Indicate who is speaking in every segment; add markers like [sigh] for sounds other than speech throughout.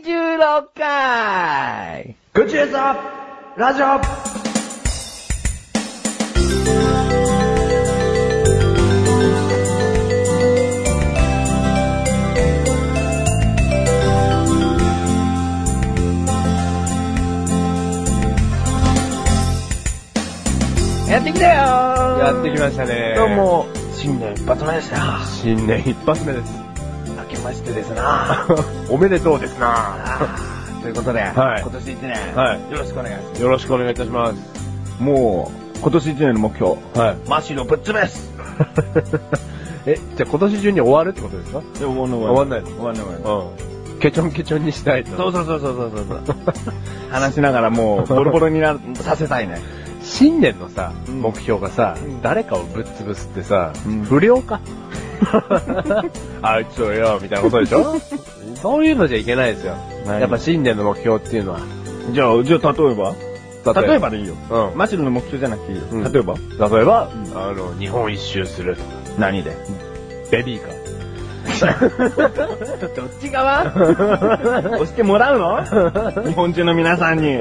Speaker 1: 紹介
Speaker 2: グチレツのラジオ
Speaker 1: やってきたよー
Speaker 3: やってきましたね。
Speaker 2: どう。も、新年一発目ですな。
Speaker 3: 新年一発目です。
Speaker 2: 明けましてですな。
Speaker 3: おめでとうで
Speaker 1: [laughs]
Speaker 3: すな。
Speaker 2: ということで、
Speaker 3: はい
Speaker 2: 今年一年、
Speaker 3: はい
Speaker 2: よろしくお願いしま
Speaker 3: よろしくお願いいたします。
Speaker 1: もう、今年一年の目標。
Speaker 3: はい。
Speaker 2: す。マシのぶっつべす。
Speaker 3: え、じゃあ今年中に終わるってことですか
Speaker 1: 終わんない
Speaker 3: 終わんないの
Speaker 1: 終わんない終わんない。
Speaker 3: うん。ケチョンケチョンにしたいと。
Speaker 2: そうそうそうそうそうそう。
Speaker 1: 話しながら [laughs] もう、ボロボロにな、させたいね。
Speaker 3: 新年のさ、
Speaker 1: うん
Speaker 3: 目標がさ、
Speaker 2: ん
Speaker 3: 誰かをぶっ潰すってさ、
Speaker 1: うん
Speaker 3: 不良 [laughs] か。あいつをよ、みたいなことでしょ [laughs] そういうのじゃいけないですよ。
Speaker 1: ない
Speaker 3: やっぱ新年の目標っていうのは。
Speaker 1: じゃあ、じゃあ、例えば例えばでいいよ。
Speaker 3: うん。
Speaker 1: マシルの目標じゃなくていいよ。
Speaker 3: うん
Speaker 1: 例えば
Speaker 3: 例えば、あの、日本一周する。
Speaker 1: 何で
Speaker 3: ベビーカー。
Speaker 2: どっち側
Speaker 1: 押してもら
Speaker 3: [laughs]
Speaker 1: うの日本中の皆さんに。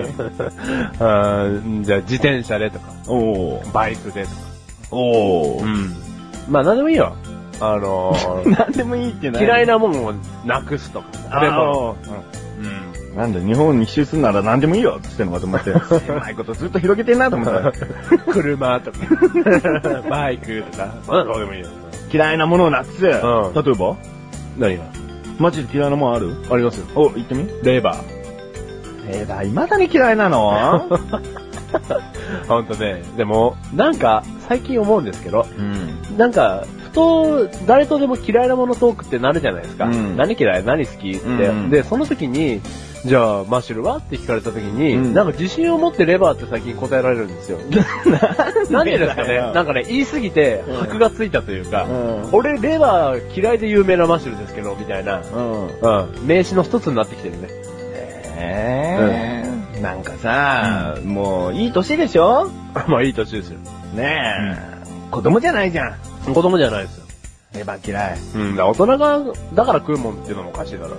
Speaker 3: あーじゃあ自転車でとか、
Speaker 1: [laughs] おー。
Speaker 3: バイクでとか。
Speaker 1: おー。
Speaker 3: ん。まあ何でもいいよ。あのー、
Speaker 1: 何でもいいってない。
Speaker 3: [laughs] 嫌い
Speaker 1: な。
Speaker 3: なもんをなくすとか。食べ物
Speaker 1: あーなんで日本に一周するなら何でもいいよって言ってんのかと思 [laughs] って。うまいことずっと広げてんなと思 [laughs] った。
Speaker 3: [laughs] うん。車とか、 [laughs] バイクとか。まあどうでもいいよ。
Speaker 1: 嫌いなものをなくす。例えば
Speaker 3: 何が
Speaker 1: マジで嫌いなもんある
Speaker 3: ありますよ。
Speaker 1: お、言ってみ
Speaker 3: レバー。
Speaker 1: えーだ、未だに嫌いなの
Speaker 3: ほんとね。でも、なんか、最近思うんですけど、
Speaker 1: [laughs] うん。
Speaker 3: なんか、ふと、誰とでも嫌いなものトークってなるじゃないですか。
Speaker 1: うん
Speaker 3: 何嫌い何好きって、
Speaker 1: うん
Speaker 3: で、その時に、じゃあ、マッシュルはって聞かれた時に、
Speaker 1: うん
Speaker 3: なんか自信を持ってレバーって最近答えられるん
Speaker 1: [laughs]
Speaker 3: ですよ。なんでですかねなんかね、言いすぎて、
Speaker 1: うん
Speaker 3: 箔がついたというか、
Speaker 1: うん。
Speaker 3: 俺レバー嫌いで有名なマッシュルですけど、みたいな、
Speaker 1: うん。
Speaker 3: うん、名詞の一つになってきてるね。
Speaker 1: えーなんかさ、もういい年でしょ
Speaker 3: [laughs] まあいい年ですよ。
Speaker 1: ねえ、子供じゃないじゃん。
Speaker 3: 子供じゃないですよ。
Speaker 1: レバー嫌い。
Speaker 3: うん、だから大人が、だから食うもんっていうのもおかしいだろうね。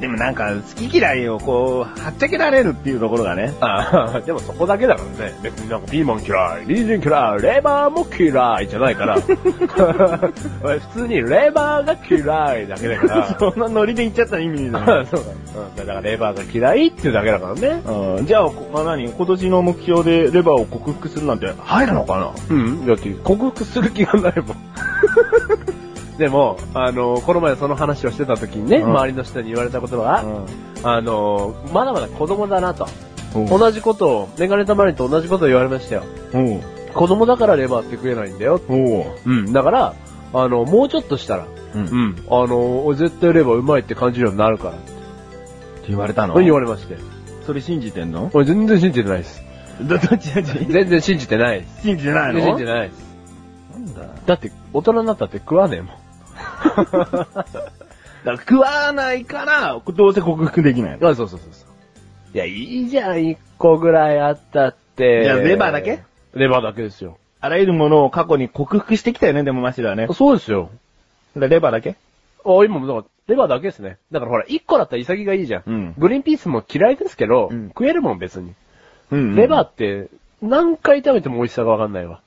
Speaker 1: でもなんか好き嫌いをこう、はっちゃけられるっていうところがね。
Speaker 3: ああ、でもそこだけだからね。別になんかピーマン嫌い、リージン嫌い、レバーも嫌いじゃないから。 [laughs] 俺普通にレバーが嫌いだけだから。
Speaker 1: [laughs] そんなノリで言っちゃったら意味ない。
Speaker 3: そうだ、うん。だから [laughs] レバーが嫌いっていうだけだからね。
Speaker 1: うん、じゃあ、こまあ、何今年の目標でレバーを克服するなんて入るのかな
Speaker 3: うん。だって克服する気がないもん。 [laughs] でも、あの、この前その話をしてた時にね、
Speaker 1: うん
Speaker 3: 周りの人に言われたことは、あの、まだまだ子供だなと。
Speaker 1: うん
Speaker 3: 同じことを、メガネたまりと同じことを言われましたよ。
Speaker 1: おう
Speaker 3: 子供だからレバーって食えないんだよ。
Speaker 1: おう
Speaker 3: うん。だから、あの、もうちょっとしたら、
Speaker 1: うん。っ
Speaker 3: うん。あの、俺絶対レバーうまいって感じるようになるから。
Speaker 1: て言われたの
Speaker 3: と言われまして。
Speaker 1: それ信じてんの
Speaker 3: 俺全然信じてないです。
Speaker 1: ど、どっちどっち
Speaker 3: 全然信じてないです。
Speaker 1: 信じてないの
Speaker 3: 信じてないです。
Speaker 1: なんだ
Speaker 3: だって、大人になったって食わねえもん。
Speaker 1: だから食わないから、どうせ克服できない。い
Speaker 3: あ、そうそうそうそう。いや、いいじゃん、一個ぐらいあったって。
Speaker 1: や、レバーだけ
Speaker 3: レバーだけですよ。
Speaker 1: あらゆるものを過去に克服してきたよね、でもマシだね。だか
Speaker 3: そうですよ。
Speaker 1: らレバーだけ
Speaker 3: あ、今もだから、レバーだけですね。だからほら、一個だったら潔がいいじゃん。
Speaker 1: うん
Speaker 3: グリーンピースも嫌いですけど、
Speaker 1: うん
Speaker 3: 食えるもん別に。
Speaker 1: うん
Speaker 3: レバーって、何回食べても美味しさがわか
Speaker 1: [laughs]
Speaker 3: んないわ。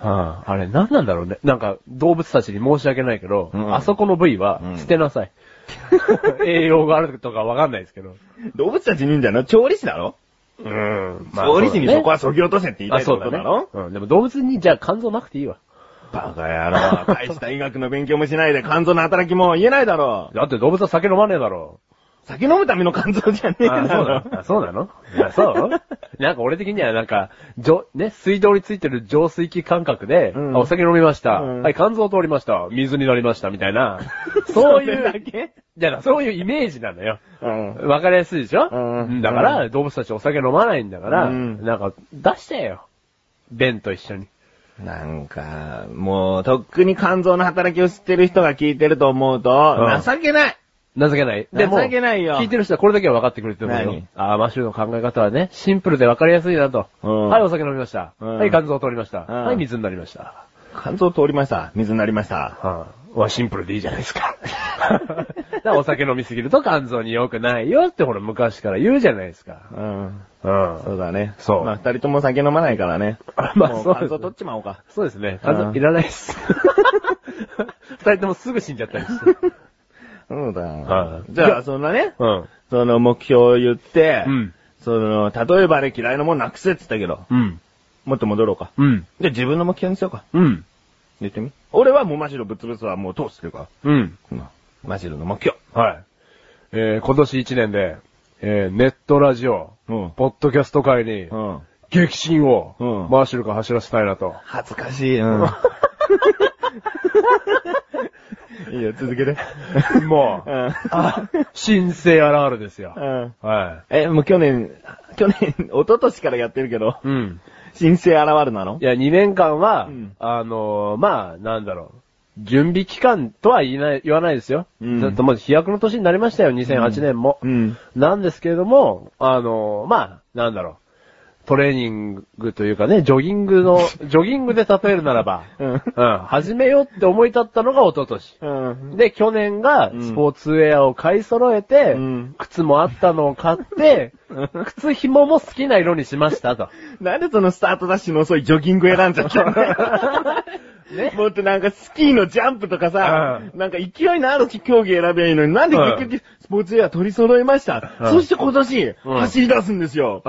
Speaker 3: あああれ、何なんだろうね。なんか、動物たちに申し訳ないけど、
Speaker 1: うん
Speaker 3: あそこの部位
Speaker 1: う
Speaker 3: は
Speaker 1: ん
Speaker 3: 捨て
Speaker 1: [laughs]
Speaker 3: なさい。栄養があるとかわかんないですけど。
Speaker 1: 動物たちにいいんじゃない調理師だろ、
Speaker 3: うん。
Speaker 1: 調理師にそこ
Speaker 3: は
Speaker 1: はそぎ落とせって言いたいっ
Speaker 3: あ、
Speaker 1: て
Speaker 3: そ
Speaker 1: こ
Speaker 3: う
Speaker 1: と
Speaker 3: だ
Speaker 1: だ
Speaker 3: ね
Speaker 1: ろ、。
Speaker 3: うん。でも動物にじゃあ肝臓なくていいわ。
Speaker 1: バカ野郎。大した医学の勉強もしないで肝臓の働きも言えないだろ
Speaker 3: [laughs] だって動物は酒飲まねえだろ。
Speaker 1: 酒飲むための肝臓じゃねえだ
Speaker 3: あそ
Speaker 1: ろ
Speaker 3: うなのあそうなの
Speaker 1: [laughs]
Speaker 3: あそうなんか俺的にはなんか、じょ、ね、水道についてる浄水器感覚で、
Speaker 1: うん
Speaker 3: あお酒飲みました、
Speaker 1: うん
Speaker 3: はい、肝臓通りました。水になりました。みたいな。そう
Speaker 1: [laughs]
Speaker 3: い
Speaker 1: それだ
Speaker 3: う、
Speaker 1: け
Speaker 3: いや、そういうイメージなのよ。
Speaker 1: うん。
Speaker 3: わかりやすいでしょ
Speaker 1: うん
Speaker 3: だから、動物たちお酒飲まないんだから、
Speaker 1: うん
Speaker 3: なんか、出してよ。便と一緒に。
Speaker 1: なんか、もう、とっくに肝臓の働きを知ってる人が聞いてると思うと、
Speaker 3: うん
Speaker 1: 情けない。
Speaker 3: 情けない。
Speaker 1: 情けないよ
Speaker 3: 聞いてる人はこれだけは分かってくれてるのよ
Speaker 1: 何。
Speaker 3: ああ、マシューの考え方はね、シンプルで分かりやすいなと。
Speaker 1: うん
Speaker 3: はい、お酒飲みました。
Speaker 1: うん
Speaker 3: はい、肝臓を通りました。
Speaker 1: うん
Speaker 3: はい、水になりました。
Speaker 1: 肝臓通りました。水になりました。
Speaker 3: ははシンプルでいいじゃないですか。 [laughs] だからお酒飲みすぎると肝臓に良くないよってほら昔から言うじゃないですか。
Speaker 1: うん。
Speaker 3: うん。
Speaker 1: そうだね。
Speaker 3: そう
Speaker 1: まあ、二人とも酒飲まないからね。
Speaker 3: まあ
Speaker 1: も
Speaker 3: そうで
Speaker 1: 感
Speaker 3: す
Speaker 1: 想取っ [laughs] ちまおうか。
Speaker 3: そうですね。
Speaker 1: うん
Speaker 3: 肝臓いらないっ [laughs] す。二人ともすぐ死んじゃったりして。 [laughs]
Speaker 1: そうだ。
Speaker 3: はい
Speaker 1: じゃあ、そのね、
Speaker 3: うん。
Speaker 1: その目標を言って、
Speaker 3: うん。
Speaker 1: その、例えばね、嫌いなもんなくせって言ったけど、
Speaker 3: うん。
Speaker 1: もっと戻ろうか。
Speaker 3: うん。
Speaker 1: じゃあ自分の目標にしようか。
Speaker 3: うん。
Speaker 1: 言ってみ。俺はもうマシロぶつぶつはもう通してるから。
Speaker 3: うん。
Speaker 1: うんマシロの目標。
Speaker 3: はい。えー、今年一年で、えー、ネットラジオ、
Speaker 1: うん
Speaker 3: ポッドキャスト界に、
Speaker 1: うん。
Speaker 3: 激震を、
Speaker 1: うん
Speaker 3: マーシュルが走らせたいな
Speaker 1: [laughs]
Speaker 3: と。
Speaker 1: 恥ずかしい。うん。 [laughs] いいよ、続けて。
Speaker 3: もう、
Speaker 1: うん。
Speaker 3: あ、新生 RR ですよ。
Speaker 1: [laughs] うん。
Speaker 3: は
Speaker 1: え、もう去年、去年、一昨年からやってるけど、 [laughs]
Speaker 3: い。うん。
Speaker 1: 申請現るなの
Speaker 3: いや、2年間は、
Speaker 1: うん
Speaker 3: あのーまあ、なんだろう。準備期間とは言いない、言わないですよ。
Speaker 1: うん
Speaker 3: ちょっともう飛躍の年になりましたよ、2008年も。
Speaker 1: ん。
Speaker 3: なんですけれども、あのーまあ、なんだろう。トレーニングというかね、ジョギン
Speaker 1: [laughs]
Speaker 3: グの、ジョギングで例えるならば、
Speaker 1: うん
Speaker 3: うん、始めようって思い立ったのが一昨年。
Speaker 1: うん。
Speaker 3: で、去年が
Speaker 1: うん
Speaker 3: スポーツウェアを買い揃えて、
Speaker 1: うん
Speaker 3: 靴もあったのを買
Speaker 1: [laughs]
Speaker 3: って、靴紐も好きな色にしましたと。
Speaker 1: なんでそのスタートダッシュの遅いジョギング選んじゃったの
Speaker 3: [laughs] ね
Speaker 1: もっとなんかスキーのジャンプとかさ、
Speaker 3: う
Speaker 1: なんか勢いのある競技選べばいいのに、なんで結局スポーツウェア取り揃えました。
Speaker 3: うん
Speaker 1: そして今年、
Speaker 3: うん
Speaker 1: 走り出すんですよ。
Speaker 3: う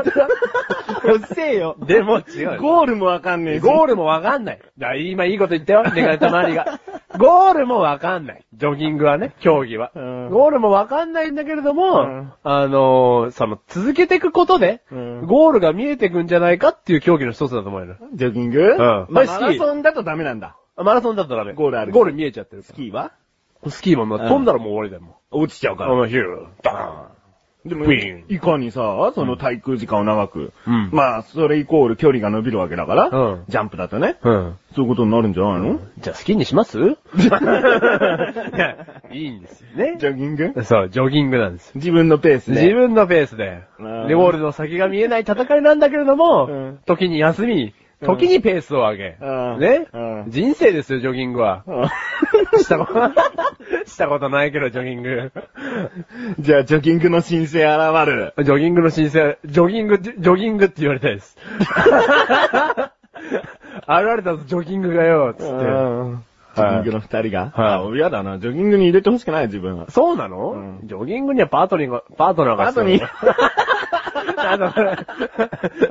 Speaker 1: うっせえよ。
Speaker 3: ん。でも違う。
Speaker 1: ゴールもわかんねえし
Speaker 3: ゴールもわかんない。だ今いいこと言ったよ、メガネたまわり [laughs] が。ゴールもわかんない。ジョギングはね、競技は。
Speaker 1: うん
Speaker 3: ゴールもわかんないんだけれども、
Speaker 1: うん
Speaker 3: あのーその、続けていくことで、
Speaker 1: うん
Speaker 3: ゴールが見えてくんじゃないかっていう競技の一つだと思うよ。
Speaker 1: ジョギング
Speaker 3: ん
Speaker 1: まあマ
Speaker 3: まあスキー
Speaker 1: ラソンだとダメなんだ。
Speaker 3: マラソンだったらダメ。
Speaker 1: ゴールある
Speaker 3: ゴール見えちゃってる
Speaker 1: ス。キーは
Speaker 3: スキーももう
Speaker 1: うん
Speaker 3: 飛んだらもう終わりだよ、も
Speaker 1: 落ちちゃう
Speaker 3: う。
Speaker 1: か
Speaker 3: あ
Speaker 1: ら。
Speaker 3: のヒュー、ダ
Speaker 1: で
Speaker 3: ウィーン
Speaker 1: いかにさ、その滞空時間を長く、
Speaker 3: うん
Speaker 1: まあ、それイコール距離が伸びるわけだから、
Speaker 3: うん
Speaker 1: ジャンプだとね、
Speaker 3: ーン。うん。
Speaker 1: そういうことになるんじゃないの、
Speaker 3: じゃあ、スキーにします [laughs] いやいいんですよね
Speaker 1: ジ。ョギング
Speaker 3: そう、ジョギングなんですよ
Speaker 1: 自分のペースで。
Speaker 3: 自分のペースで
Speaker 1: うん。
Speaker 3: で、ゴールの先が見えない戦いなんだけれども、
Speaker 1: うん
Speaker 3: 時に休み、時にペースを上げ。
Speaker 1: うん
Speaker 3: ね、
Speaker 1: うん
Speaker 3: 人生ですよ、ジョギングは。 [laughs] したこと、 [laughs] したことないけど、ジョギング。
Speaker 1: うん [laughs] じゃあ、ジョギングの申請現る。
Speaker 3: ジョギングの申請、ジョギング、ジョギングって言われたいです。 [laughs] 現れたぞ、ジョギングがよ、つ
Speaker 1: う
Speaker 3: っ
Speaker 1: んジョギングの二人が。
Speaker 3: はい
Speaker 1: い。嫌だな。ジョギングに入れてほしくない、自分は
Speaker 3: て。。そうなの、
Speaker 1: うん
Speaker 3: ジョギングにはパートリーが、パートナーが
Speaker 1: あと
Speaker 3: 必要
Speaker 1: に、
Speaker 3: [laughs] あの、 [laughs]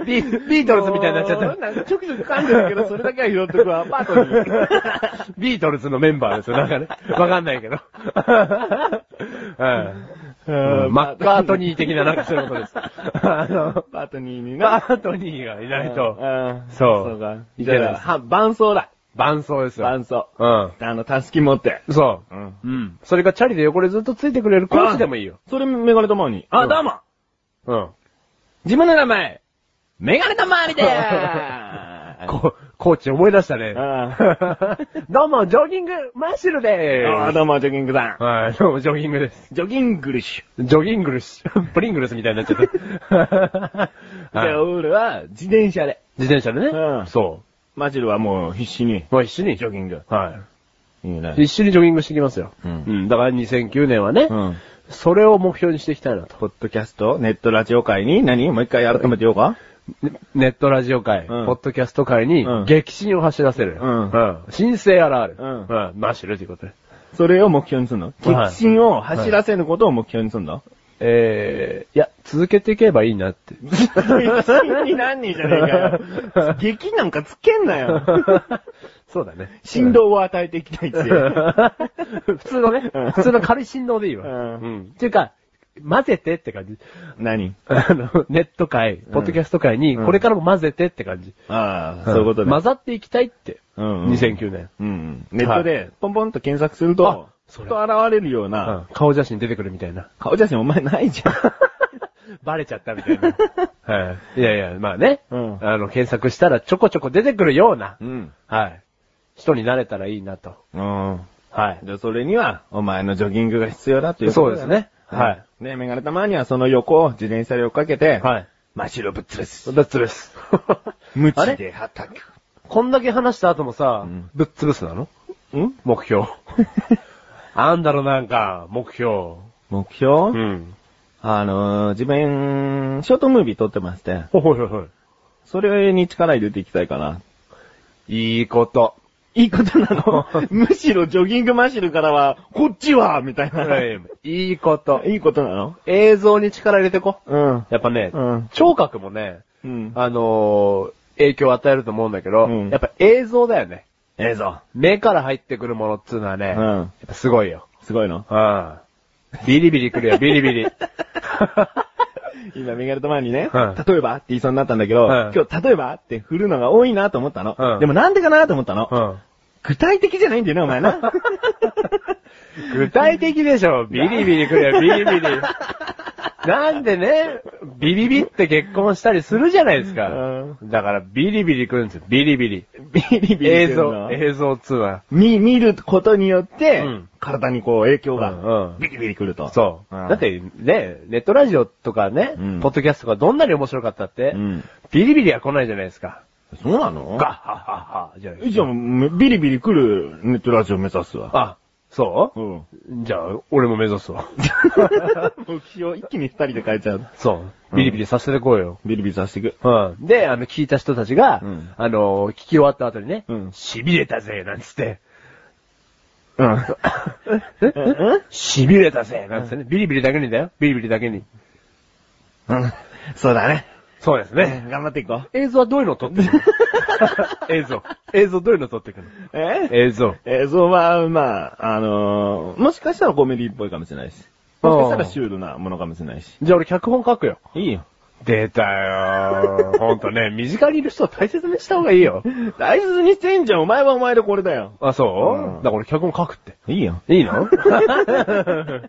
Speaker 3: ビビートルズみたいになっちゃった。
Speaker 1: なんかちょくちょく噛んでるけど、それだけは拾っとくわ。パートに。
Speaker 3: ビートルズのメンバーですよ、なんかね。わかんないけ [laughs] ど。 [laughs] うんうんマッカートニー的ななんかそういうことです。あの、
Speaker 1: パートニーに
Speaker 3: マ
Speaker 1: な。
Speaker 3: ッカートニーがいないと、
Speaker 1: うん
Speaker 3: そう
Speaker 1: そうか。
Speaker 3: い
Speaker 1: じ
Speaker 3: けない
Speaker 1: ゃあ、は伴奏だ。
Speaker 3: 伴奏ですよ。
Speaker 1: 伴奏。
Speaker 3: うん。
Speaker 1: あの、たすき持って。
Speaker 3: そ
Speaker 1: うん。
Speaker 3: う。うん。それがチャリで横でずっとついてくれるコーチでもいいよ。
Speaker 1: それメガネ玉に。あ、
Speaker 3: うん
Speaker 1: どうも
Speaker 3: うん。
Speaker 1: 自分の名前メガネ玉 [laughs] りでーす
Speaker 3: [laughs] こコーチ思い出したね。
Speaker 1: あ
Speaker 3: どうも、ジョギング、マッシュルで
Speaker 1: あ
Speaker 3: ー
Speaker 1: ー、どうも、ジョギングさ
Speaker 3: す。はい、どうも、ジョギングです。
Speaker 1: ん。ジョギングリッシュ。
Speaker 3: ジョギングルシ [laughs] ュ、プリングルスみたいになっち
Speaker 1: [laughs]
Speaker 3: ゃった。
Speaker 1: で、
Speaker 3: はい
Speaker 1: 俺は自転車で。
Speaker 3: 自転車でね。
Speaker 1: うん
Speaker 3: そ
Speaker 1: マジルはもう必死に
Speaker 3: う。。もう一緒に
Speaker 1: ジョギング。
Speaker 3: はい
Speaker 1: いね
Speaker 3: い。。一緒にジョギングしてきますよ。
Speaker 1: うん
Speaker 3: だから2009年はね、
Speaker 1: うん。
Speaker 3: それを目標にしていきたいなと。
Speaker 1: ポッドキャスト、ネットラジオ界に、何もう一回改めて言おうか
Speaker 3: ねネットラジオ界、
Speaker 1: うん
Speaker 3: ポッドキャスト界に
Speaker 1: うん
Speaker 3: 激震を走らせる。
Speaker 1: うん
Speaker 3: 新生あらある。
Speaker 1: うん
Speaker 3: マッシュルということで。
Speaker 1: それを目標にすんの
Speaker 3: はい
Speaker 1: 激震を走らせることを目標にすんの
Speaker 3: えー、いや、続けていけばいいな
Speaker 1: [laughs]
Speaker 3: って。
Speaker 1: 激震になんねえじゃねえか [laughs] よ。激なんかつけんな [laughs] よ。
Speaker 3: そうだね。 [laughs]
Speaker 1: 振動を与えていきたいっていう。
Speaker 3: 普通のね、普通の軽い振動でいいわ。
Speaker 1: うん
Speaker 3: んっていうか、混ぜてって感じ。
Speaker 1: 何
Speaker 3: あの、ネット界、ポッドキャスト界に、
Speaker 1: うん
Speaker 3: これからも混ぜてって感じ。
Speaker 1: ああ、そういうことね。
Speaker 3: 混ざっていきたいって。
Speaker 1: うんうん
Speaker 3: 2009年。
Speaker 1: うん。ネットで、ポンポンと検索すると
Speaker 3: あ、そ
Speaker 1: ふ
Speaker 3: れ
Speaker 1: と現れるよう
Speaker 3: う
Speaker 1: な、
Speaker 3: ん顔写真出てくるみたい
Speaker 1: [laughs]
Speaker 3: な。
Speaker 1: 顔写真お前ないじゃん。
Speaker 3: バレちゃったみた
Speaker 1: [laughs]
Speaker 3: いな。はい。いやいや、まあね。
Speaker 1: うん
Speaker 3: あの、検索したらちょこちょこ出てくる [laughs] ような、
Speaker 1: うん。
Speaker 3: はい。人になれたらいいなと。
Speaker 1: うん。
Speaker 3: はい。
Speaker 1: で、それには、お前のジョギングが必要だということだよ
Speaker 3: そうですねはい。
Speaker 1: ね、メガネたまにはその横を自転車で追っかけて、
Speaker 3: はい。
Speaker 1: 真っ白ぶっつぶす。
Speaker 3: ぶっつ
Speaker 1: [laughs]
Speaker 3: ぶす。
Speaker 1: 無
Speaker 3: あ
Speaker 1: 知
Speaker 3: れ
Speaker 1: で叩く。
Speaker 3: こんだけ話した後もさ
Speaker 1: うん、
Speaker 3: ぶっつぶすなの
Speaker 1: ん
Speaker 3: 目
Speaker 1: [laughs]
Speaker 3: 標。あんだろ、なんか、目標。
Speaker 1: 目標、
Speaker 3: ん。
Speaker 1: あのー、自分、ショートムービー撮ってまして、
Speaker 3: ほほほほ。
Speaker 1: それに力入れていきたいかな。
Speaker 3: いいこと。
Speaker 1: いいことな
Speaker 3: [laughs]
Speaker 1: の [laughs] むしろジョギングマシルからは、こっちはみたいな。
Speaker 3: いいこと。
Speaker 1: いいことなの
Speaker 3: 映像に力入れてこ。
Speaker 1: うん。
Speaker 3: やっぱね、
Speaker 1: うん
Speaker 3: 聴覚もね、
Speaker 1: うん。
Speaker 3: あのー影響を与えると思うんだけど、
Speaker 1: うん
Speaker 3: やっぱ映像だよね。
Speaker 1: 映像。
Speaker 3: 目から入ってくるものっつうのはね、
Speaker 1: う
Speaker 3: やっ
Speaker 1: ん。
Speaker 3: ぱすごいよ。
Speaker 1: すごいの
Speaker 3: うん。ビリビリ来るよ、ビリビリ。
Speaker 1: [laughs] 今、メガネと前にね、
Speaker 3: うん
Speaker 1: 例えばって言いそうになったんだけど、
Speaker 3: うん
Speaker 1: 今日、例えばって振るのが多いなと思ったの。
Speaker 3: うん
Speaker 1: でもなんでかなと思ったの、
Speaker 3: うん。
Speaker 1: 具体的じゃないんだよね、お前 [laughs] な。
Speaker 3: 具体的でしょ、ビリビリ来るよ、ビリビリ。なんでね、ビリビって結婚したりするじゃないですか。
Speaker 1: う
Speaker 3: だから、ビリビリ来るんですよ、ビリビリ。
Speaker 1: ビリビリして
Speaker 3: 映
Speaker 1: る
Speaker 3: 像、
Speaker 1: の。
Speaker 3: 映像通話。
Speaker 1: 見、見ることによって、
Speaker 3: うん
Speaker 1: 体にこう影響が、
Speaker 3: うんうん
Speaker 1: ビリビリくると。
Speaker 3: [laughs] そう。
Speaker 1: うん
Speaker 3: だって、ね、ネットラジオとかね、
Speaker 1: うん
Speaker 3: ポッドキャストとかどんなに面白かったって、
Speaker 1: うん
Speaker 3: ビリビリは来ないじゃないですか。
Speaker 1: そうなの
Speaker 3: ガッハッハッハじゃない
Speaker 1: じゃあ、ビリビリ来るネットラジオ目指すわ。
Speaker 3: あ、そう
Speaker 1: [laughs] う、ん。
Speaker 3: じゃあ、俺も目指すわ。
Speaker 1: [laughs] 目標一気に二人で変えちゃう。
Speaker 3: そう。ビリビリさせてこうよ。
Speaker 1: ビリビリさせていく。
Speaker 3: うん。で、あの、聞いた人たちが、
Speaker 1: うん
Speaker 3: あの、聞き終わった後にね、
Speaker 1: うん
Speaker 3: 痺れたぜ、なんつ
Speaker 1: [laughs]
Speaker 3: って、
Speaker 1: うん。うん
Speaker 3: 痺れたぜ、なんつってね、ビリビリだけにだよ。ビリビリだけに。
Speaker 1: うん。そうだね。
Speaker 3: そうですね。
Speaker 1: [laughs] 頑張っていこう。
Speaker 3: 映像はどういうのを撮ってく [laughs] の映像。映像どういうのを撮ってくの
Speaker 1: え
Speaker 3: 映像。
Speaker 1: 映像は、まあ、あのー、もしかしたらコメディっぽいかもしれないし。もしかしたらシュールなものかもしれないし。
Speaker 3: じゃあ俺脚本書くよ。
Speaker 1: いいよ。
Speaker 3: 出たよー。ほんとね、身近にいる人を大切にした方がいいよ。
Speaker 1: 大切にしてんじゃん。お前はお前でこれだよ。
Speaker 3: あ、そう、
Speaker 1: うん
Speaker 3: だから俺脚本書くって。
Speaker 1: いいよ。
Speaker 3: いい [laughs] の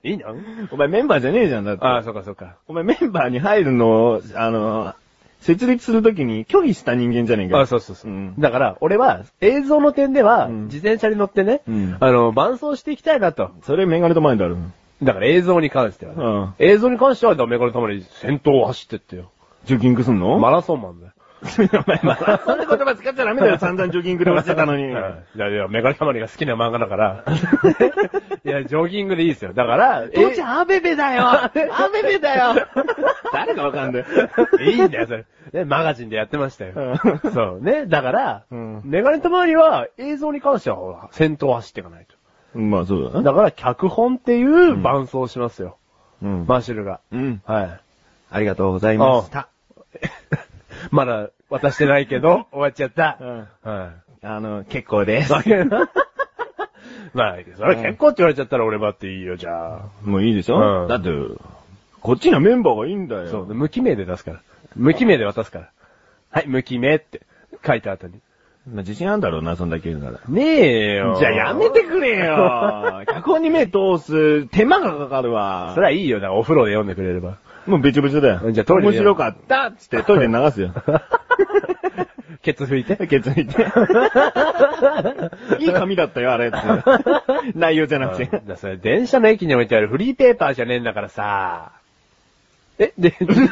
Speaker 3: いいの
Speaker 1: お前メンバーじゃねえじゃん、だって。
Speaker 3: ああ、そうかそうか。
Speaker 1: お前メンバーに入るのを、あのー、設立するときに拒否した人間じゃねえかよ。
Speaker 3: あ、そうそうそう。
Speaker 1: うん
Speaker 3: だから、俺は、映像の点では、
Speaker 1: うん
Speaker 3: 自転車に乗ってね、
Speaker 1: うん
Speaker 3: あの、伴走していきたいなと。
Speaker 1: それメガネと前だろ。
Speaker 3: だから映像に関しては、ね
Speaker 1: うん
Speaker 3: 映像に関しては、ダメからたまに先頭を走ってってよ。
Speaker 1: ジョギングすんの
Speaker 3: マラソンマンだよ。
Speaker 1: お前まあ、そんな言葉使っちゃダメだよ。散々ジョギングで落ちてたのに。
Speaker 3: うんいやいや、メガネたまりが好きな漫画
Speaker 1: [laughs]
Speaker 3: だから。いや、ジョギングでいいですよ。だから、
Speaker 2: 父ちゃん、アベベだよアベベだよ
Speaker 1: 誰かわかんない。
Speaker 3: えいいんだよ、それ。ね、マガジンでやってましたよ。
Speaker 1: う
Speaker 3: そうね。だから、
Speaker 1: うん
Speaker 3: メガネたまりは、映像に関しては、ほら、先頭を走っていかない
Speaker 1: まあそうだ
Speaker 3: と。
Speaker 1: な。
Speaker 3: だから、脚本っていう伴走をしますよ。
Speaker 1: うん
Speaker 3: マシュルが。
Speaker 1: うん。
Speaker 3: はい。
Speaker 1: ありがとうございました。
Speaker 3: [laughs] まだ渡してな
Speaker 1: [laughs]
Speaker 3: いけど、終わっちゃった。
Speaker 1: うん
Speaker 3: は
Speaker 1: あの、結構です。
Speaker 3: い。まあ、それ結構って言われちゃったら俺だっていいよ、じゃあ。
Speaker 1: [laughs] もういいでし
Speaker 3: う
Speaker 1: ょ
Speaker 3: ん
Speaker 1: だって、こっちにはメンバーがいいんだよ。
Speaker 3: そう、無記名で出すから。無記名で渡すから。はい、無記名って書いた後に。
Speaker 1: まあ自信あるんだろうな、そんだけ言うなら。
Speaker 3: ねえよ。
Speaker 1: じゃあやめてくれ [laughs] よ脚本に目通す手間がかかるわ
Speaker 3: そ。れはいいよ、だからお風呂で読んでくれれば。
Speaker 1: もうべちょべちょだよ。
Speaker 3: じゃあトイレで
Speaker 1: 面白かったっつってトイレ流すよ。
Speaker 3: ケツ拭いて。
Speaker 1: [laughs] ケツいて。 [laughs] いい紙だったよ、あれ [laughs] って。内容じゃなく
Speaker 3: うんだ
Speaker 1: て
Speaker 3: か。らそれ電車の駅に置いてあるフリーペーパーじゃねえんだからさ。え、で、ってこと